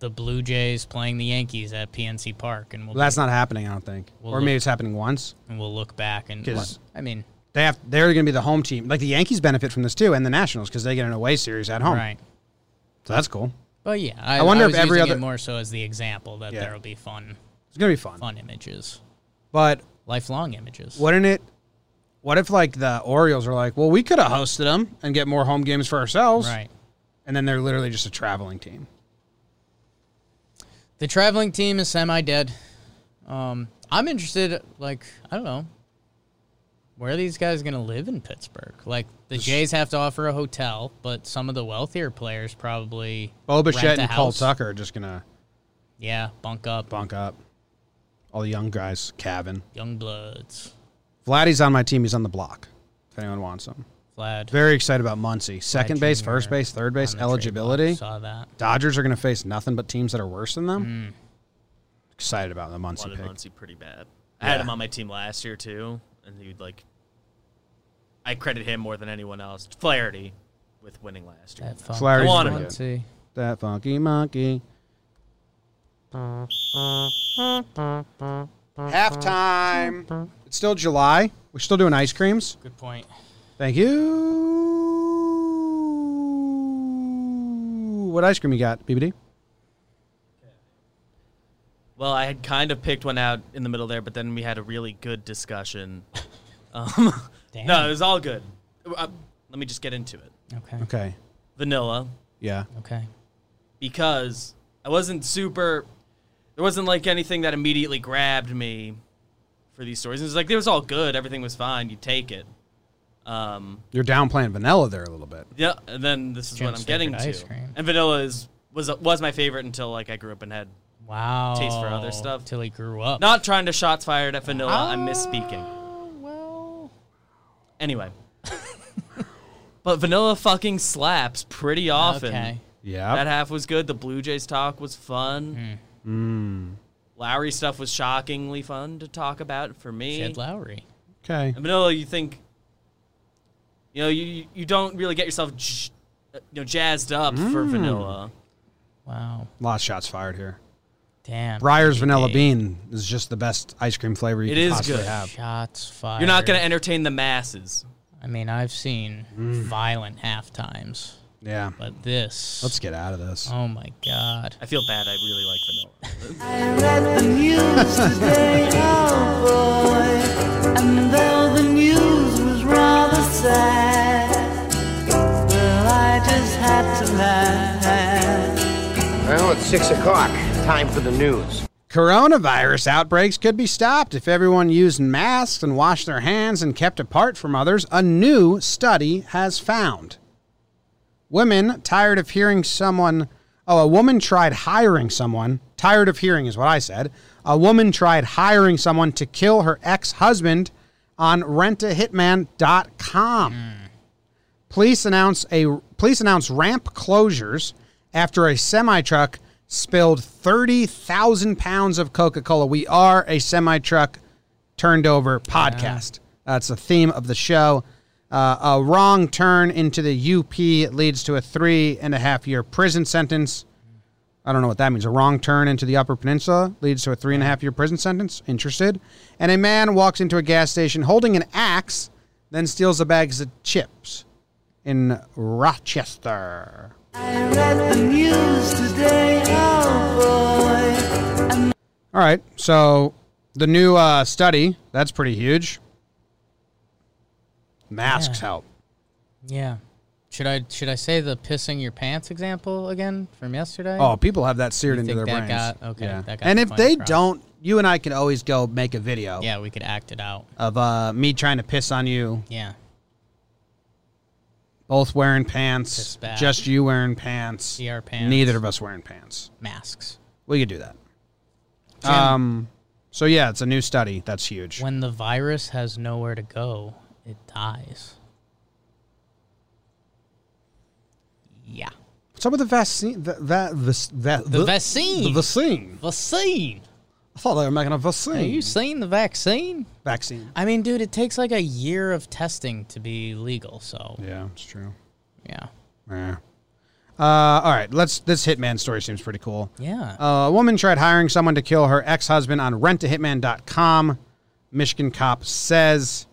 Speaker 2: the Blue Jays playing the Yankees at PNC Park, and we'll,
Speaker 1: Well, that's not happening, I don't think.
Speaker 2: Well,
Speaker 1: or
Speaker 2: look-
Speaker 1: maybe it's happening once.
Speaker 2: and we'll look back and,
Speaker 1: 'Cause-
Speaker 2: I mean,
Speaker 1: They have they're going to be the home team. Like the Yankees benefit from this too, and the Nationals because they get an away series at home.
Speaker 2: Right.
Speaker 1: So that's cool.
Speaker 2: But yeah, I,
Speaker 1: Oh. I wonder
Speaker 2: I
Speaker 1: if
Speaker 2: was
Speaker 1: every
Speaker 2: using it
Speaker 1: other-
Speaker 2: more so as the example that
Speaker 1: Yeah.
Speaker 2: there will be fun,
Speaker 1: It's going to be fun.
Speaker 2: fun images,
Speaker 1: But
Speaker 2: lifelong images.
Speaker 1: wouldn't it? What if like the Orioles are like, well, we could have hosted them and get more home games for ourselves,
Speaker 2: Right.
Speaker 1: And then they're literally just a traveling team.
Speaker 2: The traveling team is semi-dead. Um, I'm interested. Like I don't know. Where are these guys going to live in Pittsburgh? Like the Jays have to offer a hotel, but some of the wealthier players probably
Speaker 1: Bo
Speaker 2: rent
Speaker 1: Bichette
Speaker 2: a
Speaker 1: and Cole
Speaker 2: house.
Speaker 1: Tucker are just going to
Speaker 2: Yeah, bunk up,
Speaker 1: bunk up. All the young guys, Cavan.
Speaker 2: young bloods,
Speaker 1: Vladdy's on my team. He's on the block. If anyone wants him,
Speaker 2: Vlad.
Speaker 1: very excited about Muncie. Second base,
Speaker 2: Jr.
Speaker 1: first base, third
Speaker 2: on
Speaker 1: base
Speaker 2: the trade block.
Speaker 1: eligibility.
Speaker 2: Saw that.
Speaker 1: Dodgers are going to face nothing but teams that are worse than
Speaker 2: Hmm.
Speaker 1: them. Excited about the Muncie
Speaker 3: wanted
Speaker 1: pick.
Speaker 3: Muncy pretty bad. I had
Speaker 1: Yeah.
Speaker 3: him on my team last year too, and he'd like. I credit him more than anyone else. Flaherty, with winning last year.
Speaker 2: That fun.
Speaker 1: Flaherty's
Speaker 3: Come on,
Speaker 1: pretty
Speaker 3: him.
Speaker 1: good. That funky monkey. Halftime. It's still July. We're still doing ice creams.
Speaker 2: Good point.
Speaker 1: Thank you. What ice cream you got, BBD?
Speaker 3: Well, I had kind of picked one out in the middle there, but then we had a really good discussion. Um, [LAUGHS]
Speaker 2: Damn.
Speaker 3: no, it was all good. Uh, let me just get into it.
Speaker 2: Okay.
Speaker 1: Okay.
Speaker 3: Vanilla,
Speaker 1: Yeah.
Speaker 2: Okay.
Speaker 3: because I wasn't super. There wasn't like anything that immediately grabbed me for these stories. It was like it was all good, everything was fine. You take it. Um,
Speaker 1: You're downplaying vanilla there a little bit.
Speaker 3: yeah, and then this is what
Speaker 2: Jim's
Speaker 3: I'm getting
Speaker 2: favorite
Speaker 3: to.
Speaker 2: ice cream.
Speaker 3: And vanilla is was was my favorite until like I grew up and had.
Speaker 2: Wow.
Speaker 3: Taste for other stuff.
Speaker 2: Till he grew up.
Speaker 3: Not trying to shots fired at vanilla. I'm
Speaker 2: Ah.
Speaker 3: misspeaking.
Speaker 2: Oh, well.
Speaker 3: Anyway. [LAUGHS] but vanilla fucking slaps pretty often.
Speaker 2: Okay.
Speaker 1: Yeah.
Speaker 3: That half was good. The Blue Jays talk was fun.
Speaker 2: Hmm.
Speaker 3: Mm. Lowry stuff was shockingly fun to talk about for me.
Speaker 2: Jed Lowry.
Speaker 1: Okay.
Speaker 3: And Manila, you think, you know, you you don't really get yourself, j- you know, jazzed up for Vanilla.
Speaker 2: Wow.
Speaker 1: A lot of shots fired here.
Speaker 2: Damn.
Speaker 1: Breyer's
Speaker 2: Hey,
Speaker 1: vanilla
Speaker 2: hey.
Speaker 1: bean is just the best ice cream flavor you
Speaker 3: It
Speaker 1: can
Speaker 3: is
Speaker 1: possibly
Speaker 3: good.
Speaker 1: have.
Speaker 2: Shots fired.
Speaker 3: You're not going to entertain the masses.
Speaker 2: I mean, I've seen
Speaker 1: Mm.
Speaker 2: violent half times,
Speaker 1: Yeah.
Speaker 2: but this.
Speaker 1: Let's get out of this.
Speaker 2: Oh my god.
Speaker 3: I feel bad. I really like Vanilla. [LAUGHS]
Speaker 4: I read the news today, oh boy, and though the news was rather sad, well, I just had to laugh.
Speaker 5: Well, it's six o'clock. Time for the news.
Speaker 1: Coronavirus outbreaks could be stopped if everyone used masks and washed their hands and kept apart from others, a new study has found. Women tired of hearing someone. Oh, a woman tried hiring someone. Tired of hearing is what I said. A woman tried hiring someone to kill her ex husband on rentahitman.com. Police announce a police announce ramp closures after a semi truck spilled thirty thousand pounds of Coca Cola. We are a semi truck turned over podcast. That's the theme of the show. Uh, a wrong turn into the UP leads to a three and a half year prison sentence. I don't know what that means. A wrong turn into the Upper Peninsula leads to a three and a half year prison sentence. Interested? And a man walks into a gas station holding an axe, then steals a bag of chips in Rochester.
Speaker 4: I read the news today, oh boy.
Speaker 1: All right, so the new uh, study that's pretty huge. Masks help.
Speaker 2: Yeah. Should I should I say the pissing your pants example again from yesterday?
Speaker 1: Oh, people have that seared
Speaker 2: You
Speaker 1: into
Speaker 2: think
Speaker 1: their
Speaker 2: that
Speaker 1: brains.
Speaker 2: got- okay,
Speaker 1: Yeah.
Speaker 2: that got
Speaker 1: and
Speaker 2: the
Speaker 1: if
Speaker 2: point
Speaker 1: they
Speaker 2: across.
Speaker 1: don't, you and I can always go make a video
Speaker 2: Yeah, we could act it out.
Speaker 1: of uh, me trying to piss on you,
Speaker 2: Yeah.
Speaker 1: both wearing
Speaker 2: Piss
Speaker 1: pants,
Speaker 2: back.
Speaker 1: just you wearing pants,
Speaker 2: See our pants.
Speaker 1: neither of us wearing pants.
Speaker 2: Masks.
Speaker 1: We could do that. Um, so yeah, it's a new study that's huge.
Speaker 2: When the virus has nowhere to go, it dies. Yeah.
Speaker 1: What's up with the vaccine? The, that, the, that,
Speaker 2: The vaccine.
Speaker 1: The vaccine.
Speaker 2: Vaccine.
Speaker 1: I thought they were making a vaccine.
Speaker 2: Have you seen the vaccine?
Speaker 1: vaccine.
Speaker 2: I mean, dude, it takes like a year of testing to be legal. So
Speaker 1: Yeah, it's true.
Speaker 2: yeah,
Speaker 1: Yeah. Uh, all right, let's. This hitman story seems pretty cool.
Speaker 2: yeah.
Speaker 1: Uh, a woman tried hiring someone to kill her ex-husband on rentahitman.com. Michigan cop says.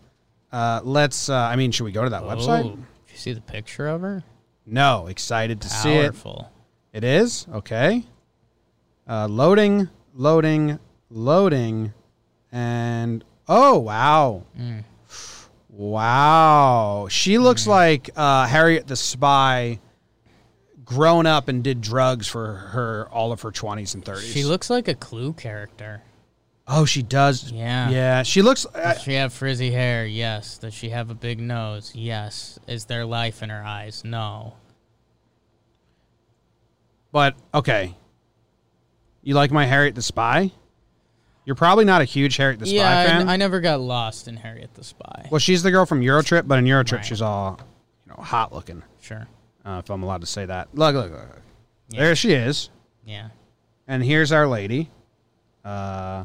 Speaker 1: Uh, let's. Uh, I mean, should we go to that
Speaker 2: Oh,
Speaker 1: website?
Speaker 2: you see the picture of her?
Speaker 1: No. Excited to see it.
Speaker 2: Powerful.
Speaker 1: It is okay. Uh, loading, loading, loading, and oh wow, wow! She looks
Speaker 2: Mm.
Speaker 1: like uh, Harriet the Spy, grown up and did drugs for her all of her twenties and thirties.
Speaker 2: She looks like a Clue character.
Speaker 1: oh, she does.
Speaker 2: Yeah.
Speaker 1: yeah. She looks. uh,
Speaker 2: Does
Speaker 1: I,
Speaker 2: she have frizzy hair? Yes. Does she have a big nose? Yes. Is there life in her eyes? No.
Speaker 1: but okay, you like my Harriet the Spy? You're probably not a huge Harriet the Spy
Speaker 2: yeah, I-
Speaker 1: fan.
Speaker 2: I, never got lost in Harriet the Spy.
Speaker 1: Well, she's the girl from Eurotrip, but in Eurotrip,
Speaker 2: Right.
Speaker 1: she's all you know hot looking.
Speaker 2: Sure.
Speaker 1: Uh, if I'm allowed to say that. Look, look, look. look. There she is,
Speaker 2: Yeah.
Speaker 1: and here's our lady. Uh,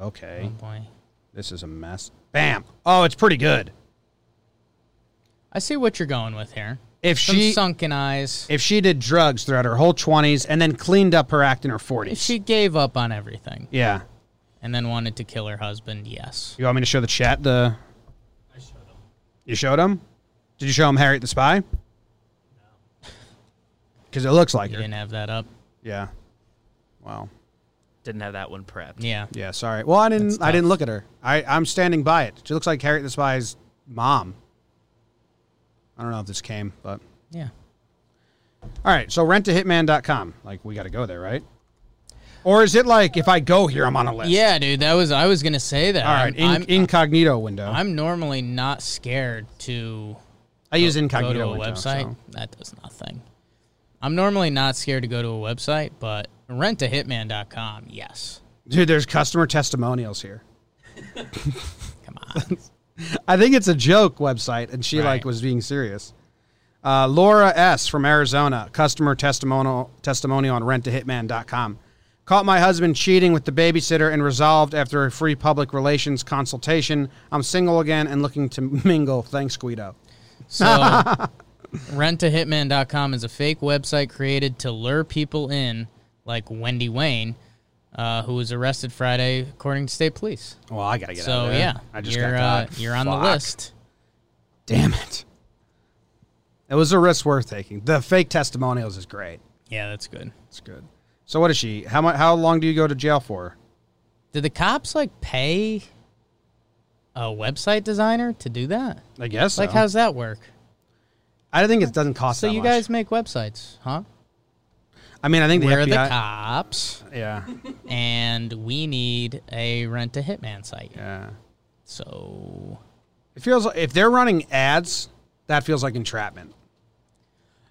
Speaker 1: okay,
Speaker 2: Oh boy.
Speaker 1: this is a mess. Bam! Oh, it's pretty good.
Speaker 2: I see what you're going with here.
Speaker 1: If
Speaker 2: Some
Speaker 1: she
Speaker 2: sunken eyes.
Speaker 1: if she did drugs throughout her whole twenties and then cleaned up her act in her
Speaker 2: If
Speaker 1: forties,
Speaker 2: she gave up on everything
Speaker 1: yeah.
Speaker 2: and then wanted to kill her husband, yes.
Speaker 1: You want me to show the chat the? I showed him. You showed him? Did you show him Harriet the Spy? No. [LAUGHS] Because it looks like
Speaker 2: You
Speaker 1: her.
Speaker 2: didn't have that up.
Speaker 1: Yeah. Wow.
Speaker 3: Didn't have that one prepped.
Speaker 2: Yeah.
Speaker 1: Yeah, sorry. Well, I didn't.
Speaker 2: That's
Speaker 1: I didn't
Speaker 2: tough.
Speaker 1: look at her. I, I'm standing by it. She looks like Harriet the Spy's mom. I don't know if this came, but
Speaker 2: Yeah.
Speaker 1: all right. So rentahitman.com. Like we got to go there, right? Or is it like if I go here, I'm on a list?
Speaker 2: Yeah, dude. That was I was gonna say that.
Speaker 1: All right. In,
Speaker 2: I'm, I'm,
Speaker 1: incognito window. i
Speaker 2: I'm normally not scared to
Speaker 1: use
Speaker 2: go
Speaker 1: incognito
Speaker 2: to a
Speaker 1: window,
Speaker 2: website.
Speaker 1: so-
Speaker 2: That does nothing. I'm normally not scared to go to a website, but rentahitman.com, yes.
Speaker 1: Dude, there's customer testimonials here.
Speaker 2: Come on.
Speaker 1: [LAUGHS] I think it's a joke website, and she
Speaker 2: Right.
Speaker 1: like was being serious. Uh, Laura S from Arizona, customer testimonial testimonial on rentahitman.com. Caught my husband cheating with the babysitter and resolved after a free public relations consultation. I'm single again and looking to [LAUGHS] mingle. Thanks, Guido.
Speaker 2: So, rentahitman.com is a fake website created to lure people in, like Wendy Wayne, uh, who was arrested Friday, according to state police.
Speaker 1: Well, I gotta get out
Speaker 2: so,
Speaker 1: of there.
Speaker 2: yeah,
Speaker 1: I just
Speaker 2: you're,
Speaker 1: got
Speaker 2: uh,
Speaker 1: caught.
Speaker 2: you're on
Speaker 1: Fuck.
Speaker 2: the list.
Speaker 1: Damn it! It was a risk worth taking. The fake testimonials is great.
Speaker 2: Yeah, that's good.
Speaker 1: It's good. So what is she? How mu- How long do you go to jail for?
Speaker 2: Did the cops, like, pay a website designer to do that?
Speaker 1: I guess.
Speaker 2: Like,
Speaker 1: so.
Speaker 2: how's that work?
Speaker 1: I think it doesn't cost.
Speaker 2: So,
Speaker 1: that
Speaker 2: you
Speaker 1: much.
Speaker 2: guys make websites, huh?
Speaker 1: I mean, I think the
Speaker 2: We're the
Speaker 1: FBI.
Speaker 2: cops,
Speaker 1: yeah,
Speaker 2: and we need a rent a hitman site.
Speaker 1: yeah.
Speaker 2: So
Speaker 1: It feels like if they're running ads, that feels like entrapment.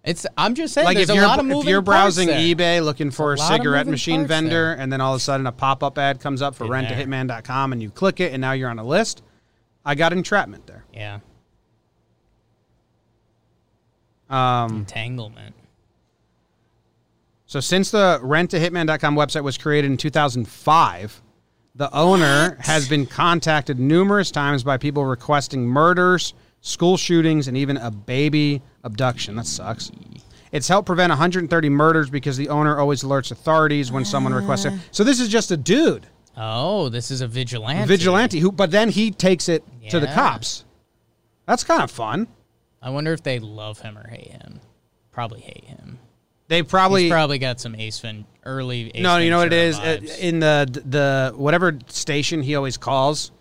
Speaker 2: it's. I'm just saying,
Speaker 1: like
Speaker 2: there's
Speaker 1: if
Speaker 2: a
Speaker 1: you're
Speaker 2: lot of moving
Speaker 1: if you're
Speaker 2: parts
Speaker 1: browsing
Speaker 2: there.
Speaker 1: eBay looking for a
Speaker 2: There's a lot of
Speaker 1: cigarette
Speaker 2: moving
Speaker 1: machine
Speaker 2: parts
Speaker 1: vendor,
Speaker 2: there.
Speaker 1: and then all of a sudden a pop up ad comes up for
Speaker 2: Been there.
Speaker 1: rentahitman.com, and you click it, and now you're on a list. I got entrapment there.
Speaker 2: Yeah,
Speaker 1: Um,
Speaker 2: entanglement.
Speaker 1: so since the rentahitman.com website was created in 2005, the owner has been contacted numerous times by people requesting murders, school shootings, and even a baby abduction. That sucks. It's helped prevent 130 murders because the owner always alerts authorities when someone requests
Speaker 2: Ah.
Speaker 1: it. So this is just a dude,
Speaker 2: Oh, this is a vigilante.
Speaker 1: vigilante, who but then he takes it to the
Speaker 2: Yeah.
Speaker 1: cops. That's kind of fun.
Speaker 2: I wonder if they love him or hate him. Probably hate him.
Speaker 1: They probably
Speaker 2: He's probably got some Ace Ven- early. Ace
Speaker 1: No, you know what it
Speaker 2: Ventura
Speaker 1: is Uh,
Speaker 2: vibes.
Speaker 1: in the the whatever station he always calls,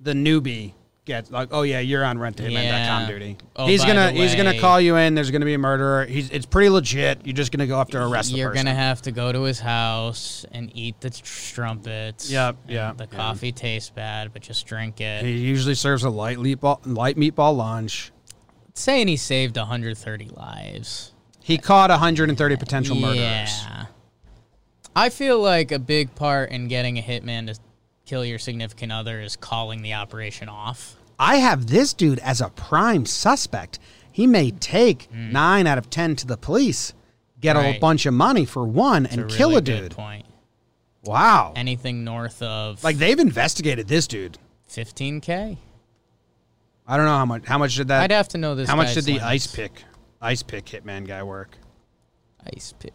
Speaker 1: the newbie gets like, "Oh yeah, you're on rent to
Speaker 2: Yeah.
Speaker 1: duty."
Speaker 2: Oh,
Speaker 1: he's
Speaker 2: by
Speaker 1: gonna
Speaker 2: the
Speaker 1: he's gonna
Speaker 2: way-
Speaker 1: call you in. There's gonna be a murderer. He's it's pretty legit. You're just gonna go up to arrest the
Speaker 2: You're
Speaker 1: person.
Speaker 2: gonna have to go to his house and eat the strumpets.
Speaker 1: Yep,
Speaker 2: and
Speaker 1: yep,
Speaker 2: The
Speaker 1: yeah.
Speaker 2: coffee tastes bad, but just drink it.
Speaker 1: he usually serves a light meatball light meatball lunch.
Speaker 2: saying he saved 130 lives.
Speaker 1: He caught 130 potential murderers.
Speaker 2: Yeah. I feel like a big part in getting a hitman to kill your significant other is calling the operation off.
Speaker 1: I have this dude as a prime suspect. He may take nine out of ten to the police, get a
Speaker 2: Hmm. Right.
Speaker 1: bunch of money for one, and
Speaker 2: It's
Speaker 1: kill
Speaker 2: really
Speaker 1: a
Speaker 2: good
Speaker 1: dude.
Speaker 2: Point.
Speaker 1: Wow.
Speaker 2: Anything north of
Speaker 1: Like
Speaker 2: like
Speaker 1: they've investigated this dude.
Speaker 2: 15k?
Speaker 1: I don't know how much. How much did that?
Speaker 2: I'd have to know this.
Speaker 1: how much
Speaker 2: guy's
Speaker 1: did the
Speaker 2: limits.
Speaker 1: ice pick, ice pick hitman guy work?
Speaker 2: Ice pick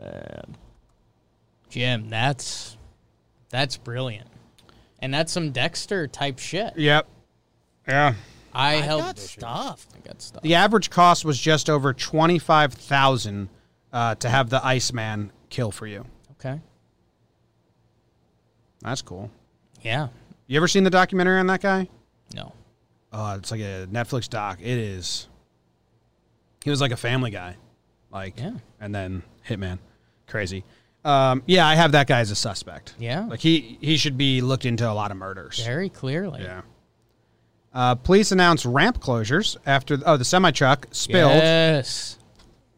Speaker 2: hitman. Jim, that's that's brilliant, and that's some Dexter type shit.
Speaker 1: Yep. Yeah.
Speaker 6: I
Speaker 2: I, held.
Speaker 6: got stuffed.
Speaker 2: I got stuff.
Speaker 1: The average cost was just over twenty five thousand uh, to have the Iceman kill for you.
Speaker 2: Okay.
Speaker 1: That's cool.
Speaker 2: Yeah.
Speaker 1: You ever seen the documentary on that guy?
Speaker 2: No.
Speaker 1: Uh, it's like a Netflix doc. It is. He was like a family guy, like
Speaker 2: Yeah.
Speaker 1: and then Hitman, crazy. Um, yeah, I have that guy as a suspect.
Speaker 2: Yeah.
Speaker 1: like he he should be looked into a lot of murders.
Speaker 2: Very clearly.
Speaker 1: Yeah. Uh, police announced ramp closures after oh the semi truck spilled.
Speaker 2: Yes.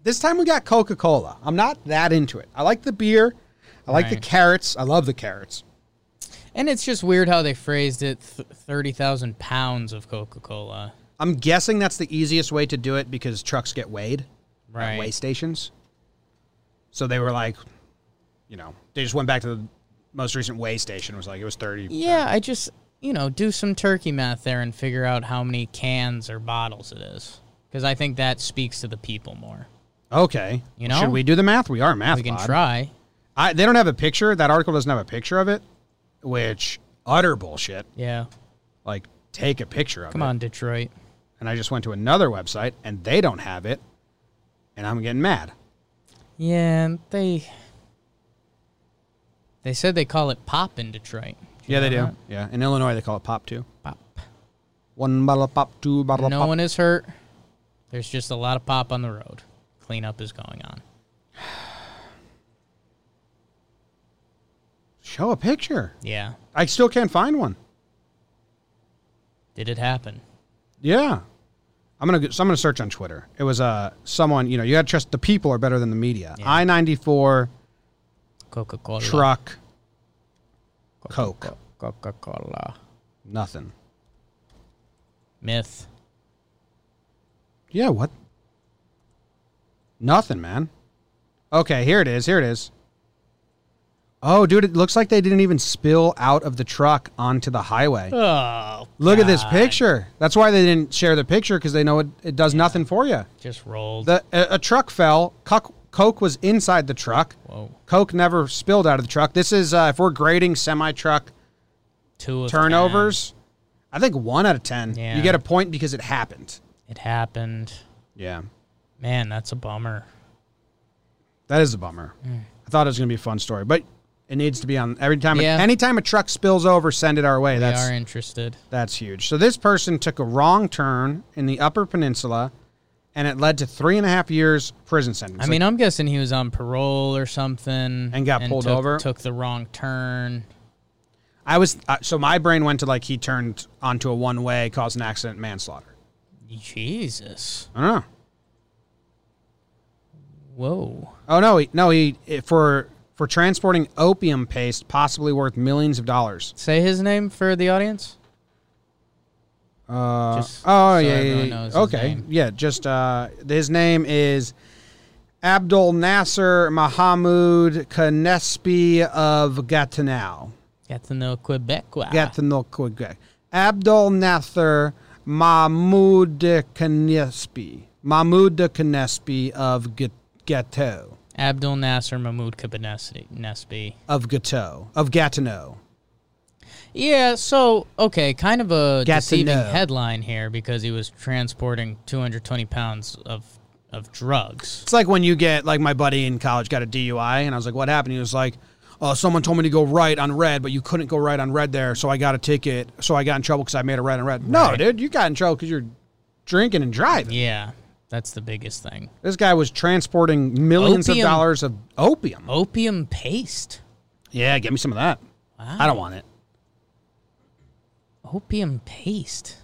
Speaker 1: This time we got Coca Cola. I'm not that into it. I like the beer. I like the
Speaker 2: Right.
Speaker 1: carrots. I love the carrots.
Speaker 2: And it's just weird how they phrased it th- 30,000 pounds of Coca Cola.
Speaker 1: I'm guessing that's the easiest way to do it because trucks get weighed at
Speaker 2: Right.
Speaker 1: weigh stations. So they were like, you know, they just went back to the most recent weigh station. It was like it was thirty.
Speaker 2: Yeah, I just, you know, do some turkey math there and figure out how many cans or bottles it is. Because I think that speaks to the people more.
Speaker 1: Okay.
Speaker 2: You know?
Speaker 1: should we do the math? We are a math.
Speaker 2: We can
Speaker 1: pod.
Speaker 2: try.
Speaker 1: I, they don't have a picture. That article doesn't have a picture of it, which utter bullshit.
Speaker 2: Yeah.
Speaker 1: Like, take a picture of
Speaker 2: Come
Speaker 1: it.
Speaker 2: on, Detroit.
Speaker 1: And I just went to another website, and they don't have it, and I'm getting mad.
Speaker 2: Yeah, and they. They said they call it pop in Detroit. Did you
Speaker 1: Yeah, they do.
Speaker 2: know that?
Speaker 1: Yeah, in Illinois they call it pop too.
Speaker 2: Pop.
Speaker 1: One bottle of pop, two bottle of
Speaker 2: No
Speaker 1: pop.
Speaker 2: one is hurt. There's just a lot of pop on the road. Cleanup is going on.
Speaker 1: Show a picture.
Speaker 2: Yeah.
Speaker 1: I still can't find one.
Speaker 2: Did it happen?
Speaker 1: Yeah. I'm gonna go- so I'm gonna search on Twitter. It was uh someone you know you gotta trust the people are better than the media.
Speaker 2: Yeah.
Speaker 1: I ninety four
Speaker 2: Coca Cola.
Speaker 1: truck Coke
Speaker 2: Coca Cola.
Speaker 1: nothing.
Speaker 2: Myth.
Speaker 1: Yeah what? Nothing man. Okay here it is here it is. Oh dude it looks like they didn't even spill out of the truck onto the highway.
Speaker 2: Oh.
Speaker 1: Look at this picture. That's why they didn't share the picture because they know it, it does nothing for you.
Speaker 2: Just rolled.
Speaker 1: The a, a truck fell. Coke, Coke was inside the truck.
Speaker 2: Whoa.
Speaker 1: Coke never spilled out of the truck. This is uh, if we're grading semi truck
Speaker 2: Two of
Speaker 1: turnovers. I think one out of ten.
Speaker 2: Yeah.
Speaker 1: You get a point because it happened.
Speaker 2: ten. It happened.
Speaker 1: Yeah,
Speaker 2: Man, that's a bummer.
Speaker 1: that is a bummer. I thought it was gonna be a fun story, but it needs to be on every time.
Speaker 2: Yeah.
Speaker 1: Anytime a truck spills over, send it our way.
Speaker 2: They
Speaker 1: That's
Speaker 2: are interested.
Speaker 1: That's huge. So this person took a wrong turn in the Upper Peninsula, and it led to three and a half years prison sentence.
Speaker 2: I mean, I'm guessing he was on parole or something,
Speaker 1: And got pulled
Speaker 2: took-
Speaker 1: over?
Speaker 2: Took the wrong turn.
Speaker 1: I was uh, so my brain went to like he turned onto a one way, caused an accident, manslaughter.
Speaker 2: Jesus.
Speaker 1: I don't know.
Speaker 2: Whoa.
Speaker 1: Oh no, he, no, he it- for for transporting opium paste, possibly worth millions of dollars.
Speaker 2: Say his name for the audience.
Speaker 1: Uh,
Speaker 2: Just
Speaker 1: oh
Speaker 2: so
Speaker 1: yeah, yeah,
Speaker 2: everyone
Speaker 1: yeah.
Speaker 2: knows his
Speaker 1: okay,
Speaker 2: name.
Speaker 1: yeah. Just uh, his name is Abdul Nasser Mahamud Kanespi of Gatineau.
Speaker 2: Got to know Quebec. Wow.
Speaker 1: Gatineau, Quebec. Abdul Nasser Mahmoud de Canespi. Mahmoud de Canespi of G- Gâteau.
Speaker 2: Abdul Nasser Mahmoud Kabanesi Nesby.
Speaker 1: Of Gâteau. Of Gatineau.
Speaker 2: Yeah, so okay, kind of
Speaker 1: Got
Speaker 2: a
Speaker 1: to
Speaker 2: deceiving
Speaker 1: know.
Speaker 2: headline here because he was transporting 220 pounds of of drugs.
Speaker 1: It's like when you get, like, my buddy in college got a DUI, and I was like, what happened? He was like, oh, someone told me to go right on red, but you couldn't go right on red there, so I got a ticket, so I got in trouble because I made a right on red. No,
Speaker 2: Right.
Speaker 1: dude, you got in trouble because you're drinking and driving.
Speaker 2: Yeah, that's the biggest thing.
Speaker 1: This guy was transporting millions
Speaker 2: Opium.
Speaker 1: of dollars of opium.
Speaker 2: Opium paste.
Speaker 1: Yeah, get me some of that. I don't want it.
Speaker 2: Opium paste.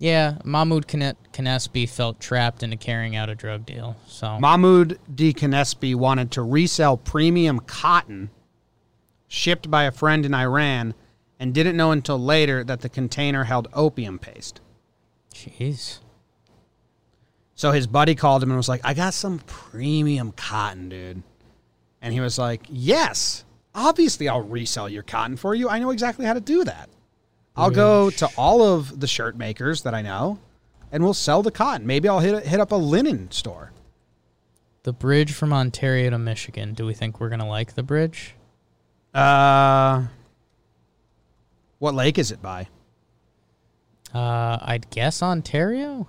Speaker 2: Yeah, Mahmoud Kane- Kanespi felt trapped into carrying out a drug deal. So
Speaker 1: Mahmoud D. Kanespi wanted to resell premium cotton shipped by a friend in Iran and didn't know until later that the container held opium paste.
Speaker 2: jeez.
Speaker 1: So his buddy called him and was like, I got some premium cotton, dude. And he was like, Yes, obviously I'll resell your cotton for you. I know exactly how to do that. I'll go to all of the shirt makers that I know and we'll sell the cotton. Maybe I'll hit, hit up a linen store.
Speaker 2: The bridge from Ontario to Michigan. Do we think we're going to like the bridge?
Speaker 1: Uh, what lake is it by?
Speaker 2: Uh, I'd guess Ontario.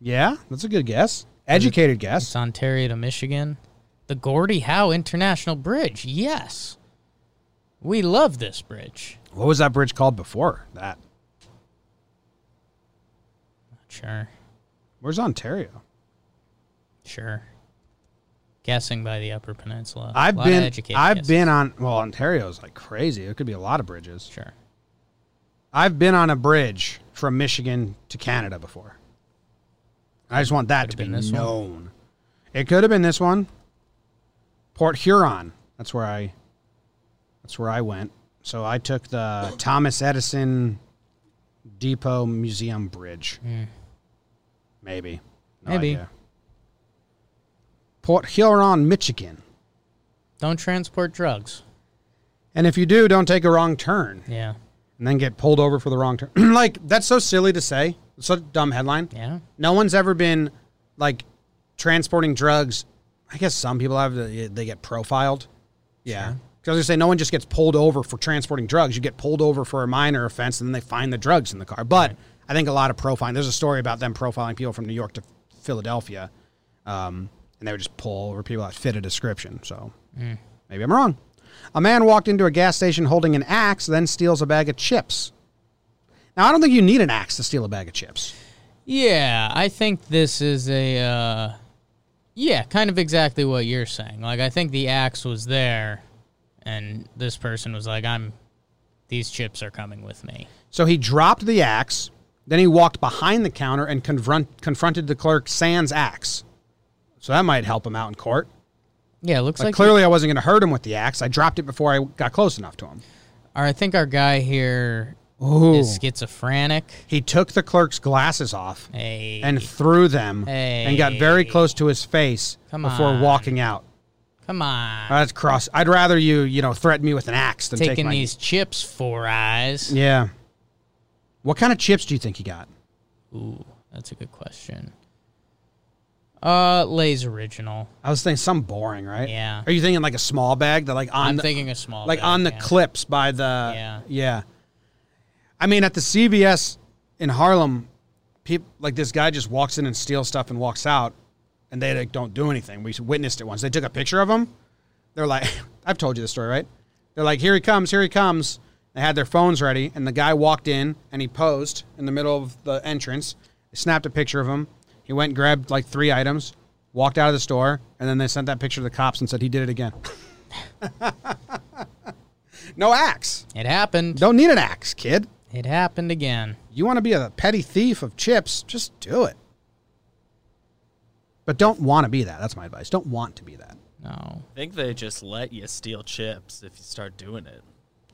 Speaker 1: Yeah, that's a good guess. Educated guess.
Speaker 2: It's Ontario to Michigan. The Gordie Howe International Bridge. Yes. We love this bridge.
Speaker 1: What was that bridge called before that?
Speaker 2: Sure.
Speaker 1: Where's Ontario?
Speaker 2: Sure. Guessing by the Upper Peninsula.
Speaker 1: I've
Speaker 2: Lot of
Speaker 1: been
Speaker 2: educated
Speaker 1: I've
Speaker 2: guesses.
Speaker 1: been on well Ontario's like crazy. It could be a lot of bridges.
Speaker 2: Sure.
Speaker 1: I've been on a bridge from Michigan to Canada before. I just want that to be
Speaker 2: been this one.
Speaker 1: known. It could have been this one. Port Huron. That's where I that's where I went. So I took the Thomas Edison Depot Museum Bridge. Maybe. No
Speaker 2: Maybe.
Speaker 1: idea. Port Huron, Michigan.
Speaker 2: Don't transport drugs.
Speaker 1: And if you do, don't take a wrong turn
Speaker 2: Yeah.
Speaker 1: and then get pulled over for the wrong turn. [CLEARS THROAT] like that's so silly to say. It's such a dumb headline.
Speaker 2: Yeah.
Speaker 1: No one's ever been like transporting drugs. I guess some people have they they get profiled. Yeah. Because I was gonna say no one just gets pulled over for transporting drugs. You get pulled over for a minor offense, and then they find the drugs in the car. But I think a lot of profiling. There's a story about them profiling people from New York to Philadelphia, um, and they would just pull over people that fit a description. So maybe I'm wrong. A man walked into a gas station holding an axe, then steals a bag of chips. Now I don't think you need an axe to steal a bag of chips.
Speaker 2: Yeah, I think this is a uh yeah, kind of exactly what you're saying. Like I think the axe was there and this person was like I'm these chips are coming with me.
Speaker 1: So he dropped the axe. Then he walked behind the counter and confront, confronted the clerk sans axe. So that might help him out in court.
Speaker 2: Yeah, it looks
Speaker 1: But
Speaker 2: like
Speaker 1: clearly, I wasn't going to hurt him with the axe. I dropped it before I got close enough to him.
Speaker 2: our, I think our guy here is schizophrenic.
Speaker 1: He took the clerk's glasses off
Speaker 2: Hey,
Speaker 1: and threw them and got very close to his face
Speaker 2: Come
Speaker 1: before
Speaker 2: on.
Speaker 1: walking out.
Speaker 2: come on.
Speaker 1: That's cross. I'd rather you, you know, threaten me with an axe than
Speaker 2: Taking
Speaker 1: take my,
Speaker 2: these chips for eyes.
Speaker 1: Yeah. What kind of chips do you think he got?
Speaker 2: Ooh, that's a good question. Uh, Lay's original.
Speaker 1: I was thinking some boring, right?
Speaker 2: Yeah.
Speaker 1: Are you thinking like a small bag that like on
Speaker 2: I'm
Speaker 1: the,
Speaker 2: thinking a small,
Speaker 1: like
Speaker 2: bag,
Speaker 1: on the
Speaker 2: yeah.
Speaker 1: clips by the
Speaker 2: Yeah.
Speaker 1: I mean, at the CVS in Harlem, people like this guy just walks in and steals stuff and walks out, and they like don't do anything. We witnessed it once. They took a picture of him. They're like, [LAUGHS] I've told you this story, right? They're like, here he comes, here he comes. They had their phones ready, and the guy walked in and he posed in the middle of the entrance. They snapped a picture of him. He went and grabbed like three items, walked out of the store, and then they sent that picture to the cops and said he did it again. [LAUGHS] no axe.
Speaker 2: It happened.
Speaker 1: Don't need an axe, kid.
Speaker 2: It happened again.
Speaker 1: You want to be a petty thief of chips, just do it. But don't want to be that. That's my advice. Don't want to be that.
Speaker 2: No.
Speaker 3: I think they just let you steal chips if you start doing it.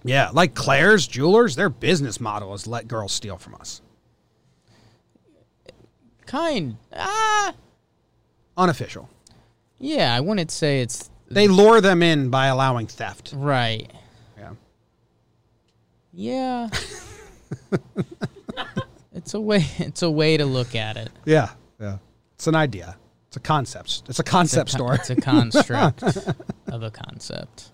Speaker 1: Yeah, like Claire's Jewelers, their business model is let girls steal from us.
Speaker 2: Kind. Ah.
Speaker 1: Unofficial.
Speaker 2: Yeah, I wouldn't say it's
Speaker 1: They lure them in by allowing theft.
Speaker 2: right.
Speaker 1: Yeah. [LAUGHS]
Speaker 2: Yeah. it's a way. It's a way to look at it.
Speaker 1: Yeah. Yeah. It's an idea. It's a concept. It's a concept store.
Speaker 2: It's a construct of a concept.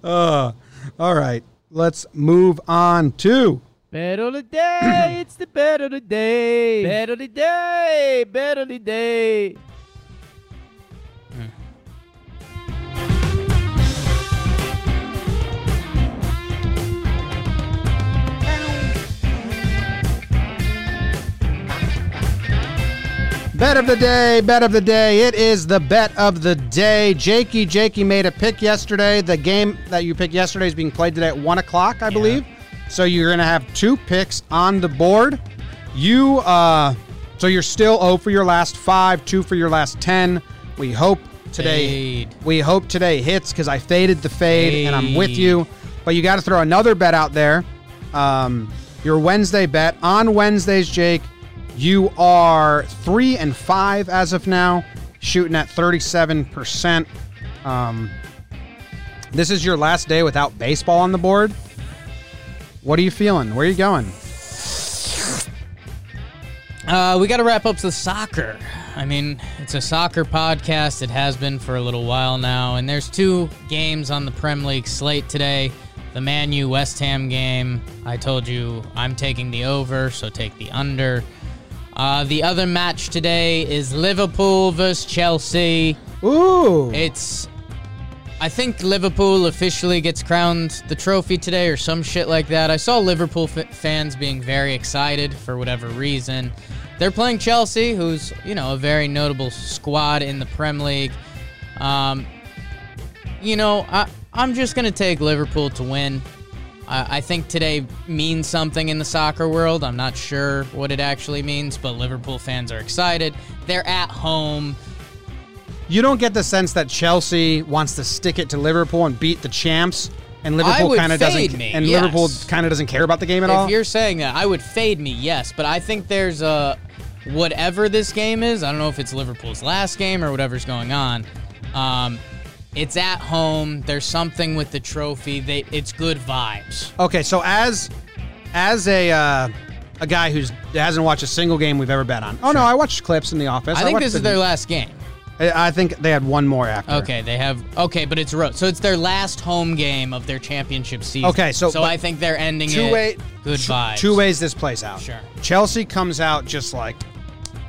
Speaker 1: [LAUGHS] All right. Let's move on to
Speaker 6: Battle of the day, it's the battle of the day. Battle of the day, battle of the day.
Speaker 1: Bet of the day, bet of the day. It is the bet of the day. Jakey, Jakey made a pick yesterday. The game that you picked yesterday is being played today at one o'clock, I believe. So you're gonna have two picks on the board. You, uh, so you're still 0 for your last five, two for your last ten. We hope today.
Speaker 2: Fade.
Speaker 1: We hope today hits because I faded the fade, and I'm with you. But you got to throw another bet out there. Um, your Wednesday bet on Wednesdays, Jake. You are three and five as of now, shooting at 37 percent. Um, this is your last day without baseball on the board. What are you feeling? Where are you going?
Speaker 2: Uh, we got to wrap up the soccer. I mean, it's a soccer podcast. It has been for a little while now, and there's two games on the Prem League slate today. the Man U West Ham game. I told you I'm taking the over, so take the under. Uh, the other match today is Liverpool versus Chelsea.
Speaker 1: Ooh.
Speaker 2: It's. I think Liverpool officially gets crowned the trophy today or some shit like that. I saw Liverpool f- fans being very excited for whatever reason. They're playing Chelsea, who's, you know, a very notable squad in the Prem League. Um, you know, I, I'm just going to take Liverpool to win. I, I think today means something in the soccer world. I'm not sure what it actually means, but Liverpool fans are excited. They're at home.
Speaker 1: You don't get the sense that Chelsea wants to stick it to Liverpool and beat the champs, and Liverpool
Speaker 2: would
Speaker 1: kind of doesn't,
Speaker 2: fade me,
Speaker 1: and
Speaker 2: yes.
Speaker 1: Liverpool kind of doesn't care about the game at all.
Speaker 2: If you're saying that, I would fade me, yes. But I think there's a whatever this game is. I don't know if it's Liverpool's last game or whatever's going on. Um, it's at home. There's something with the trophy. They, it's good vibes.
Speaker 1: Okay, so as as a uh, a guy who's hasn't watched a single game we've ever bet on. Oh no, I watched clips in the office.
Speaker 2: I think
Speaker 1: watched
Speaker 2: this is
Speaker 1: the-
Speaker 2: their last game.
Speaker 1: I I think they had one more after.
Speaker 2: Okay, they have. Okay, but it's road, so it's their last home game of their championship season.
Speaker 1: Okay, so-
Speaker 2: so
Speaker 1: but
Speaker 2: I think they're ending
Speaker 1: Two
Speaker 2: it.
Speaker 1: way.
Speaker 2: good
Speaker 1: two-
Speaker 2: vibes.
Speaker 1: Two ways this plays out.
Speaker 2: Sure.
Speaker 1: Chelsea comes out just like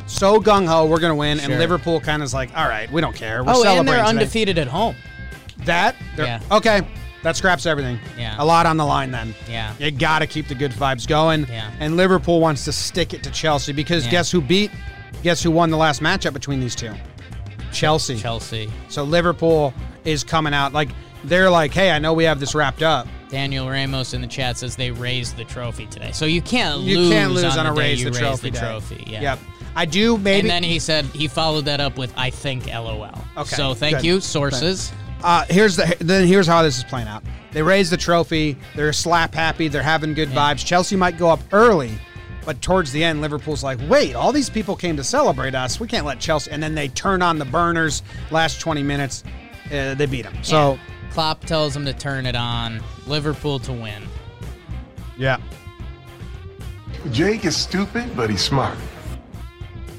Speaker 1: so gung ho, we're gonna win, and
Speaker 2: Sure.
Speaker 1: Liverpool kind of is like, all right, we don't care. We're
Speaker 2: Oh,
Speaker 1: celebrating
Speaker 2: and they're
Speaker 1: today."
Speaker 2: undefeated at home.
Speaker 1: That. they're-
Speaker 2: Yeah.
Speaker 1: Okay. That scraps everything.
Speaker 2: Yeah.
Speaker 1: A lot on the line then.
Speaker 2: Yeah.
Speaker 1: You got to keep the good vibes going.
Speaker 2: Yeah.
Speaker 1: And Liverpool wants to stick it to Chelsea because
Speaker 2: Yeah.
Speaker 1: guess who beat? Guess who won the last matchup between these two? Chelsea.
Speaker 2: Chelsea,
Speaker 1: So Liverpool is coming out like they're like, hey, I know we have this wrapped up.
Speaker 2: Daniel Ramos in the chat says they raised the trophy today, so you can't
Speaker 1: You
Speaker 2: lose.
Speaker 1: can't lose on,
Speaker 2: the
Speaker 1: a
Speaker 2: day
Speaker 1: raise
Speaker 2: you
Speaker 1: the trophy.
Speaker 2: the
Speaker 1: day.
Speaker 2: trophy. Yeah.
Speaker 1: Yep. I do
Speaker 2: And
Speaker 1: maybe.
Speaker 2: then he said he followed that up with I think LOL.
Speaker 1: Okay,
Speaker 2: So thank
Speaker 1: good.
Speaker 2: you sources.
Speaker 1: Uh, here's the then here's how this is playing out. They raise the trophy. They're slap happy. They're having good vibes. Chelsea might go up early, but towards the end, Liverpool's like, wait, all these people came to celebrate us. We can't let Chelsea. And then they turn on the burners. Last 20 minutes, uh, they beat them. So
Speaker 2: Klopp tells him to turn it on. Liverpool to win.
Speaker 1: yeah,
Speaker 7: Jake is stupid, but he's smart.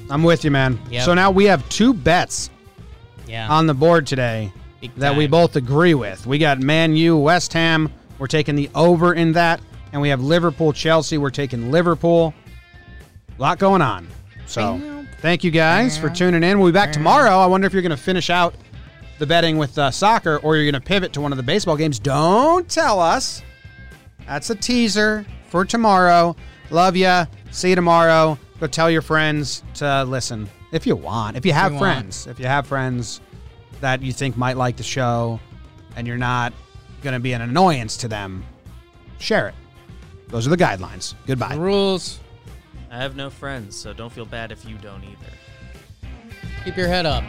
Speaker 1: I'm with you, man.
Speaker 2: Yep.
Speaker 1: So now we have two bets
Speaker 2: Yeah.
Speaker 1: on the board today
Speaker 2: Big
Speaker 1: that we
Speaker 2: time.
Speaker 1: both agree with. We got Man U, West Ham. We're taking the over in that, and we have Liverpool, Chelsea. We're taking Liverpool. A lot going on. So, thank you guys for tuning in. We'll be back tomorrow. I wonder if you're going to finish out the betting with uh, soccer, or you're going to pivot to one of the baseball games. Don't tell us. That's a teaser for tomorrow. Love ya. See you tomorrow. Go tell your friends to listen if you want. If you have
Speaker 2: you want.
Speaker 1: friends, if you have friends that you think might like the show and you're not going to be an annoyance to them, share it. Those are the guidelines. Goodbye.
Speaker 2: Rules.
Speaker 3: I have no friends, so don't feel bad if you don't either.
Speaker 2: Keep your head up.